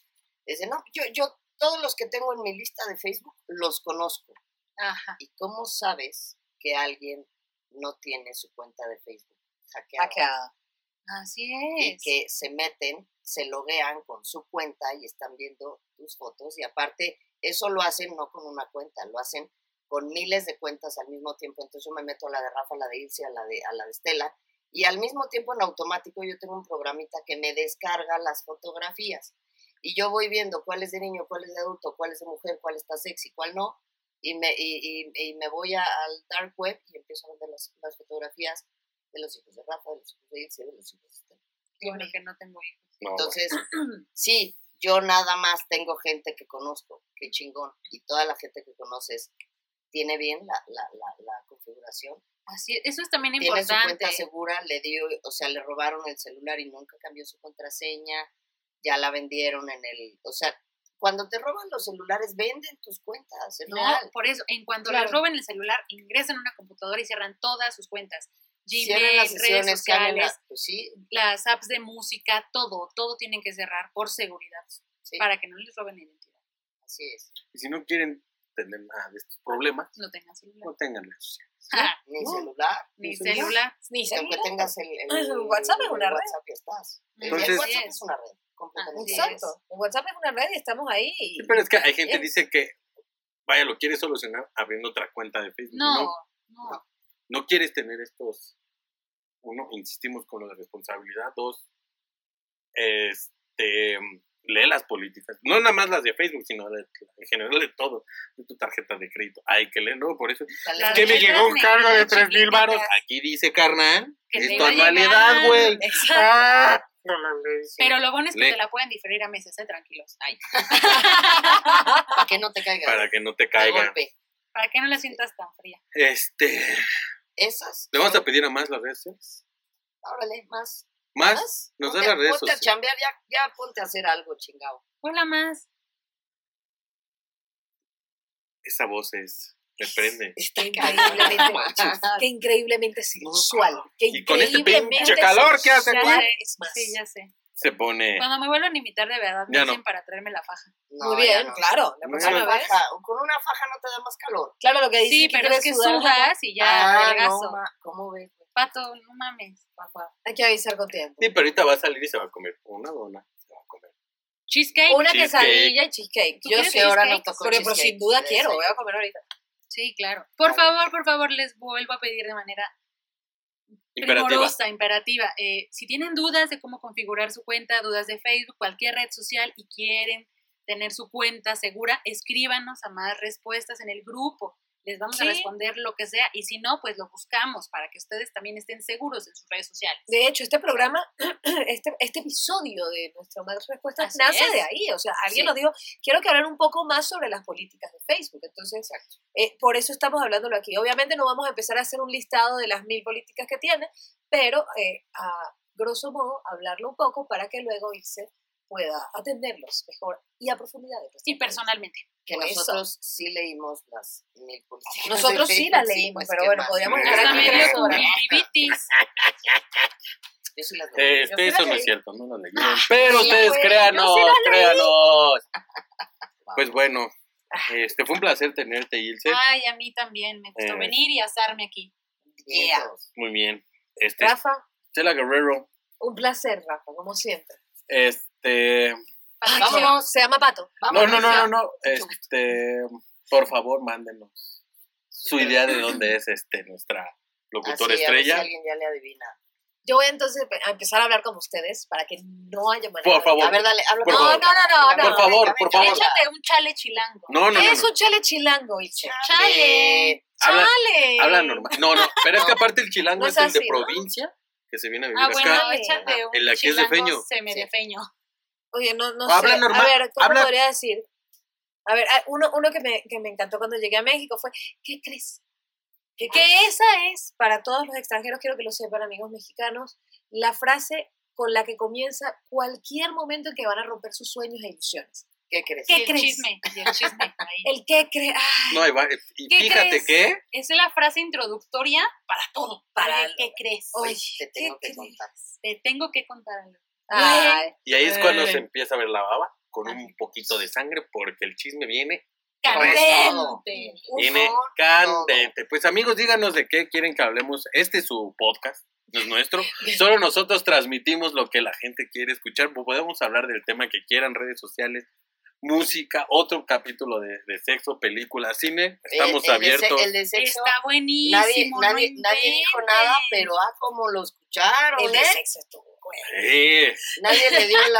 Speaker 5: dicen, no, yo, yo todos los que tengo en mi lista de Facebook los conozco.
Speaker 2: Ajá.
Speaker 5: ¿Y cómo sabes que alguien no tiene su cuenta de Facebook hackeada?
Speaker 1: hackeada.
Speaker 2: Así
Speaker 5: Y
Speaker 2: es.
Speaker 5: que se meten, se loguean con su cuenta y están viendo tus fotos. Y aparte, eso lo hacen no con una cuenta, lo hacen con miles de cuentas al mismo tiempo. Entonces yo me meto a la de Rafa, a la de Ilse, a la de, a la de Estela. Y al mismo tiempo en automático yo tengo un programita que me descarga las fotografías. Y yo voy viendo cuál es de niño, cuál es de adulto, cuál es de mujer, cuál está sexy, cuál no. Y me, y, y- y me voy a- al dark web y empiezo a ver las, las fotografías de los hijos de Rafa, de los hijos de Ilse, de los hijos de Estela.
Speaker 2: Yo creo que no tengo hijos.
Speaker 4: No,
Speaker 5: Entonces, sí, yo nada más tengo gente que conozco, qué chingón. Y toda la gente que conoces tiene bien la, la, la, la configuración.
Speaker 2: Así es. Eso es también
Speaker 5: Tiene su
Speaker 2: importante.
Speaker 5: cuenta segura, le dio, o sea, le robaron el celular y nunca cambió su contraseña, ya la vendieron en el, o sea, cuando te roban los celulares, venden tus cuentas, es
Speaker 2: No,
Speaker 5: real.
Speaker 2: por eso, en cuanto
Speaker 5: Claro.
Speaker 2: les roben el celular, ingresan a una computadora y cierran todas sus cuentas.
Speaker 5: Cierran
Speaker 2: Gmail,
Speaker 5: las
Speaker 2: redes
Speaker 5: sesiones, salen
Speaker 2: sociales,
Speaker 5: las- pues sí,
Speaker 2: las apps de música, todo, todo tienen que cerrar por seguridad
Speaker 5: sí,
Speaker 2: para que no les roben la identidad.
Speaker 5: así es.
Speaker 4: Y si no quieren tener nada de estos problemas,
Speaker 2: No tengan celular.
Speaker 4: no tengan redes
Speaker 2: Ja,
Speaker 5: Ni
Speaker 1: No.
Speaker 5: celular,
Speaker 2: Ni
Speaker 5: celular.
Speaker 2: celular.
Speaker 1: Ni
Speaker 5: aunque
Speaker 1: celular.
Speaker 5: tengas el, el-
Speaker 1: Ah, El WhatsApp es una red.
Speaker 5: WhatsApp ya estás. El- el
Speaker 4: Entonces-
Speaker 5: WhatsApp es una red,
Speaker 2: Así
Speaker 5: completamente.
Speaker 2: es.
Speaker 1: Exacto. El WhatsApp es una red y estamos ahí.
Speaker 4: Sí, pero es que hay gente
Speaker 1: Bien.
Speaker 4: que dice que, vaya, lo quieres solucionar abriendo otra cuenta de Facebook.
Speaker 2: No,
Speaker 4: no,
Speaker 2: no,
Speaker 4: no quieres tener estos, uno, insistimos con lo de responsabilidad, dos, este, lee las políticas, no nada más las de Facebook, sino de- en general de todo, de tu tarjeta de crédito, hay que leer, no, por eso,
Speaker 5: Tal
Speaker 2: Las
Speaker 4: que
Speaker 5: vez-
Speaker 4: me
Speaker 2: letras
Speaker 4: llegó un
Speaker 2: negritas
Speaker 4: cargo de tres mil
Speaker 2: chiquititas.
Speaker 4: baros, aquí dice, carnal,
Speaker 2: Que
Speaker 4: es
Speaker 2: te
Speaker 4: tu
Speaker 2: va a llegar.
Speaker 4: anualidad, güey.
Speaker 1: Exacto.
Speaker 4: Ah,
Speaker 2: Pero lo bueno es que
Speaker 4: Le-
Speaker 2: te la pueden diferir a meses, eh, tranquilos. Ay,
Speaker 5: para que no te caiga
Speaker 4: para que no te
Speaker 5: de
Speaker 4: caiga.
Speaker 5: golpe.
Speaker 2: para que no la sientas tan fría.
Speaker 4: Este,
Speaker 5: Esas.
Speaker 4: le vamos a pedir a más las redes sociales.
Speaker 5: Órale, más.
Speaker 4: Más, nos
Speaker 5: Ponte
Speaker 4: da
Speaker 5: a-
Speaker 4: las redes
Speaker 5: Ponte a
Speaker 4: sociales.
Speaker 5: chambear, ya, ya ponte a hacer algo, chingado.
Speaker 2: Hola más.
Speaker 4: esa voz es, me prende.
Speaker 1: Está
Speaker 5: No
Speaker 1: increíblemente
Speaker 5: manches.
Speaker 1: Qué increíblemente sensual. Qué
Speaker 4: Y con este
Speaker 1: increíblemente
Speaker 4: pinche calor que hace
Speaker 1: sensual
Speaker 2: aquí.
Speaker 1: Es más.
Speaker 2: Sí, ya sé.
Speaker 4: Se pone,
Speaker 2: Cuando me vuelvan a invitar de verdad, me
Speaker 4: Ya no.
Speaker 2: dicen para traerme la faja.
Speaker 5: No,
Speaker 1: Muy
Speaker 5: ya
Speaker 1: bien,
Speaker 5: no.
Speaker 1: claro. La
Speaker 4: Muy
Speaker 5: Con
Speaker 1: próxima
Speaker 5: una,
Speaker 4: bien.
Speaker 1: vez.
Speaker 5: faja, con una faja no te da más calor.
Speaker 1: Claro, lo que dice.
Speaker 2: Sí, pero es que
Speaker 1: sudar,
Speaker 2: sudas y ya,
Speaker 5: ah,
Speaker 2: delgazo.
Speaker 5: no, ma- ¿cómo ves?
Speaker 2: Pato, no mames, papá.
Speaker 1: Hay que avisar con tiempo.
Speaker 4: sí, pero ahorita va a salir y se va a comer una dona. Se va a comer.
Speaker 2: Cheesecake.
Speaker 1: Una
Speaker 4: Cheesecake.
Speaker 1: quesadilla y cheesecake.
Speaker 2: ¿Tú
Speaker 1: Yo
Speaker 2: quieres
Speaker 1: sé ahora no
Speaker 2: cheesecake?
Speaker 1: toco
Speaker 5: Porque,
Speaker 1: Pero, pero
Speaker 5: cheesecake.
Speaker 1: sin duda
Speaker 5: Sí,
Speaker 1: quiero,
Speaker 5: sí.
Speaker 1: voy a comer ahorita.
Speaker 2: Sí, claro. Por favor, por favor, les vuelvo a pedir de manera
Speaker 4: Imperativa.
Speaker 2: primorosa, imperativa. Eh, si tienen dudas de cómo configurar su cuenta, dudas de Facebook, cualquier red social y quieren tener su cuenta segura, escríbanos a más respuestas en el grupo. Les vamos
Speaker 1: Sí.
Speaker 2: a responder lo que sea y si no, pues lo buscamos para que ustedes también estén seguros en sus redes sociales.
Speaker 1: De hecho, este programa, este, este episodio de nuestra más respuesta
Speaker 2: Así
Speaker 1: nace
Speaker 2: es.
Speaker 1: de ahí. O sea, alguien
Speaker 2: Sí.
Speaker 1: nos dijo, quiero que hablen un poco más sobre las políticas de Facebook. Entonces, eh, por eso estamos hablándolo aquí. Obviamente no vamos a empezar a hacer un listado de las mil políticas que tiene, pero eh, a grosso modo hablarlo un poco para que luego irse pueda atenderlos mejor y a profundidad. de
Speaker 2: Y personalmente.
Speaker 5: Que
Speaker 1: Por eso.
Speaker 5: nosotros sí leímos las mil políticas.
Speaker 1: Nosotros
Speaker 5: de
Speaker 1: sí
Speaker 5: Facebook,
Speaker 1: las leímos,
Speaker 5: pues,
Speaker 1: pero
Speaker 5: ¿qué
Speaker 1: bueno,
Speaker 5: más?
Speaker 1: podríamos
Speaker 4: Sí.
Speaker 1: estar
Speaker 4: Ahora
Speaker 2: Hasta
Speaker 1: aquí
Speaker 2: me
Speaker 4: También
Speaker 1: tres
Speaker 2: dio
Speaker 1: horas.
Speaker 2: conjuntivitis.
Speaker 5: Yo sí las leí.
Speaker 1: Yo sí
Speaker 4: Este,
Speaker 1: la
Speaker 4: eso no
Speaker 1: leí.
Speaker 4: es cierto, no lo leyeron. Pero ustedes
Speaker 1: güey,
Speaker 4: créanos,
Speaker 1: yo sí la leí.
Speaker 4: créanos. Pues bueno, este fue un placer tenerte, Ilse.
Speaker 2: Ay, a mí también me gustó
Speaker 4: Eh.
Speaker 2: venir y asarme aquí.
Speaker 1: Yeah.
Speaker 5: Entonces,
Speaker 4: Muy bien. Este,
Speaker 1: Rafa,
Speaker 4: Stella Guerrero,
Speaker 1: un placer, Rafa, como siempre.
Speaker 4: este,
Speaker 1: Ay,
Speaker 5: Vámonos.
Speaker 1: quiero- se llama Pato.
Speaker 4: no,
Speaker 5: vámonos
Speaker 4: no, no,
Speaker 5: ya.
Speaker 4: no, no, este, por favor, mándenos su idea de dónde es este nuestra locutora
Speaker 5: Así, a ver si
Speaker 4: estrella.
Speaker 5: alguien ya le adivina.
Speaker 1: Yo voy entonces a empezar a hablar con ustedes para que no haya manera.
Speaker 4: Por
Speaker 1: de-
Speaker 4: favor.
Speaker 5: A ver, dale, habla
Speaker 4: Por
Speaker 5: con
Speaker 1: No,
Speaker 5: ella.
Speaker 1: no, no, no,
Speaker 5: Venga,
Speaker 1: no.
Speaker 4: Por favor,
Speaker 5: venga,
Speaker 4: por favor.
Speaker 5: venga, venga.
Speaker 2: Échate un chale chilango.
Speaker 4: No, Ah, no, no,
Speaker 1: ¿Qué es
Speaker 4: no.
Speaker 1: un chale chilango, Ilse?
Speaker 5: Chale.
Speaker 4: Habla,
Speaker 1: ¡Chale!
Speaker 4: habla normal. No, no, pero es que aparte el chilango
Speaker 1: No
Speaker 4: es,
Speaker 1: es
Speaker 4: el de
Speaker 1: así, ¿no?
Speaker 4: provincia que se viene a vivir
Speaker 2: Ah,
Speaker 4: acá.
Speaker 2: bueno,
Speaker 1: Ajá.
Speaker 2: échate un
Speaker 4: En la que es de
Speaker 2: chilango
Speaker 4: feño.
Speaker 2: semidefeño.
Speaker 1: Oye, no, no
Speaker 4: Habla
Speaker 1: sé.
Speaker 4: normal,
Speaker 1: A ver, ¿cómo
Speaker 4: habla-
Speaker 1: podría decir? A ver, ah, uno, uno que, me, que me encantó cuando llegué a México fue, ¿qué crees? Que, que esa es, para todos los extranjeros, quiero que lo sepan, amigos mexicanos, la frase con la que comienza cualquier momento en que van a romper sus sueños e ilusiones.
Speaker 5: ¿Qué crees?
Speaker 2: Y
Speaker 1: ¿Qué
Speaker 2: el
Speaker 1: crees?
Speaker 2: chisme, y el chisme. ahí.
Speaker 1: El que cree, ay,
Speaker 4: No, ahí va. Y
Speaker 2: ¿Qué
Speaker 4: fíjate
Speaker 2: crees?
Speaker 4: que
Speaker 2: Esa es la frase introductoria para todo.
Speaker 5: Para
Speaker 2: Oye, ¿Qué crees?
Speaker 1: Oye,
Speaker 5: Oye, Pues, te tengo
Speaker 1: ¿qué
Speaker 5: que contar.
Speaker 2: Te tengo que contar algo.
Speaker 1: ay,
Speaker 4: Y ahí es cuando
Speaker 1: Ey.
Speaker 4: se empieza a ver la baba con un poquito de sangre porque el chisme viene
Speaker 2: Candente.
Speaker 4: Viene
Speaker 5: Ujú.
Speaker 4: candente. Pues amigos, díganos de qué quieren que hablemos. Este es su podcast, no es nuestro. Solo nosotros transmitimos lo que la gente quiere escuchar. Pues Podemos hablar del tema que quieran, redes sociales, música, otro capítulo de, de sexo, película, cine. Estamos
Speaker 5: El- el Eh, de se-
Speaker 4: abiertos.
Speaker 5: El de sexo.
Speaker 2: Está buenísimo.
Speaker 5: Nadie,
Speaker 2: no
Speaker 5: nadie, nadie dijo nada,
Speaker 2: inventes.
Speaker 5: pero ah, como lo escucharon,
Speaker 1: el de
Speaker 5: ¿eh?
Speaker 1: sexo estuvo bueno.
Speaker 4: Sí.
Speaker 5: Nadie le dio el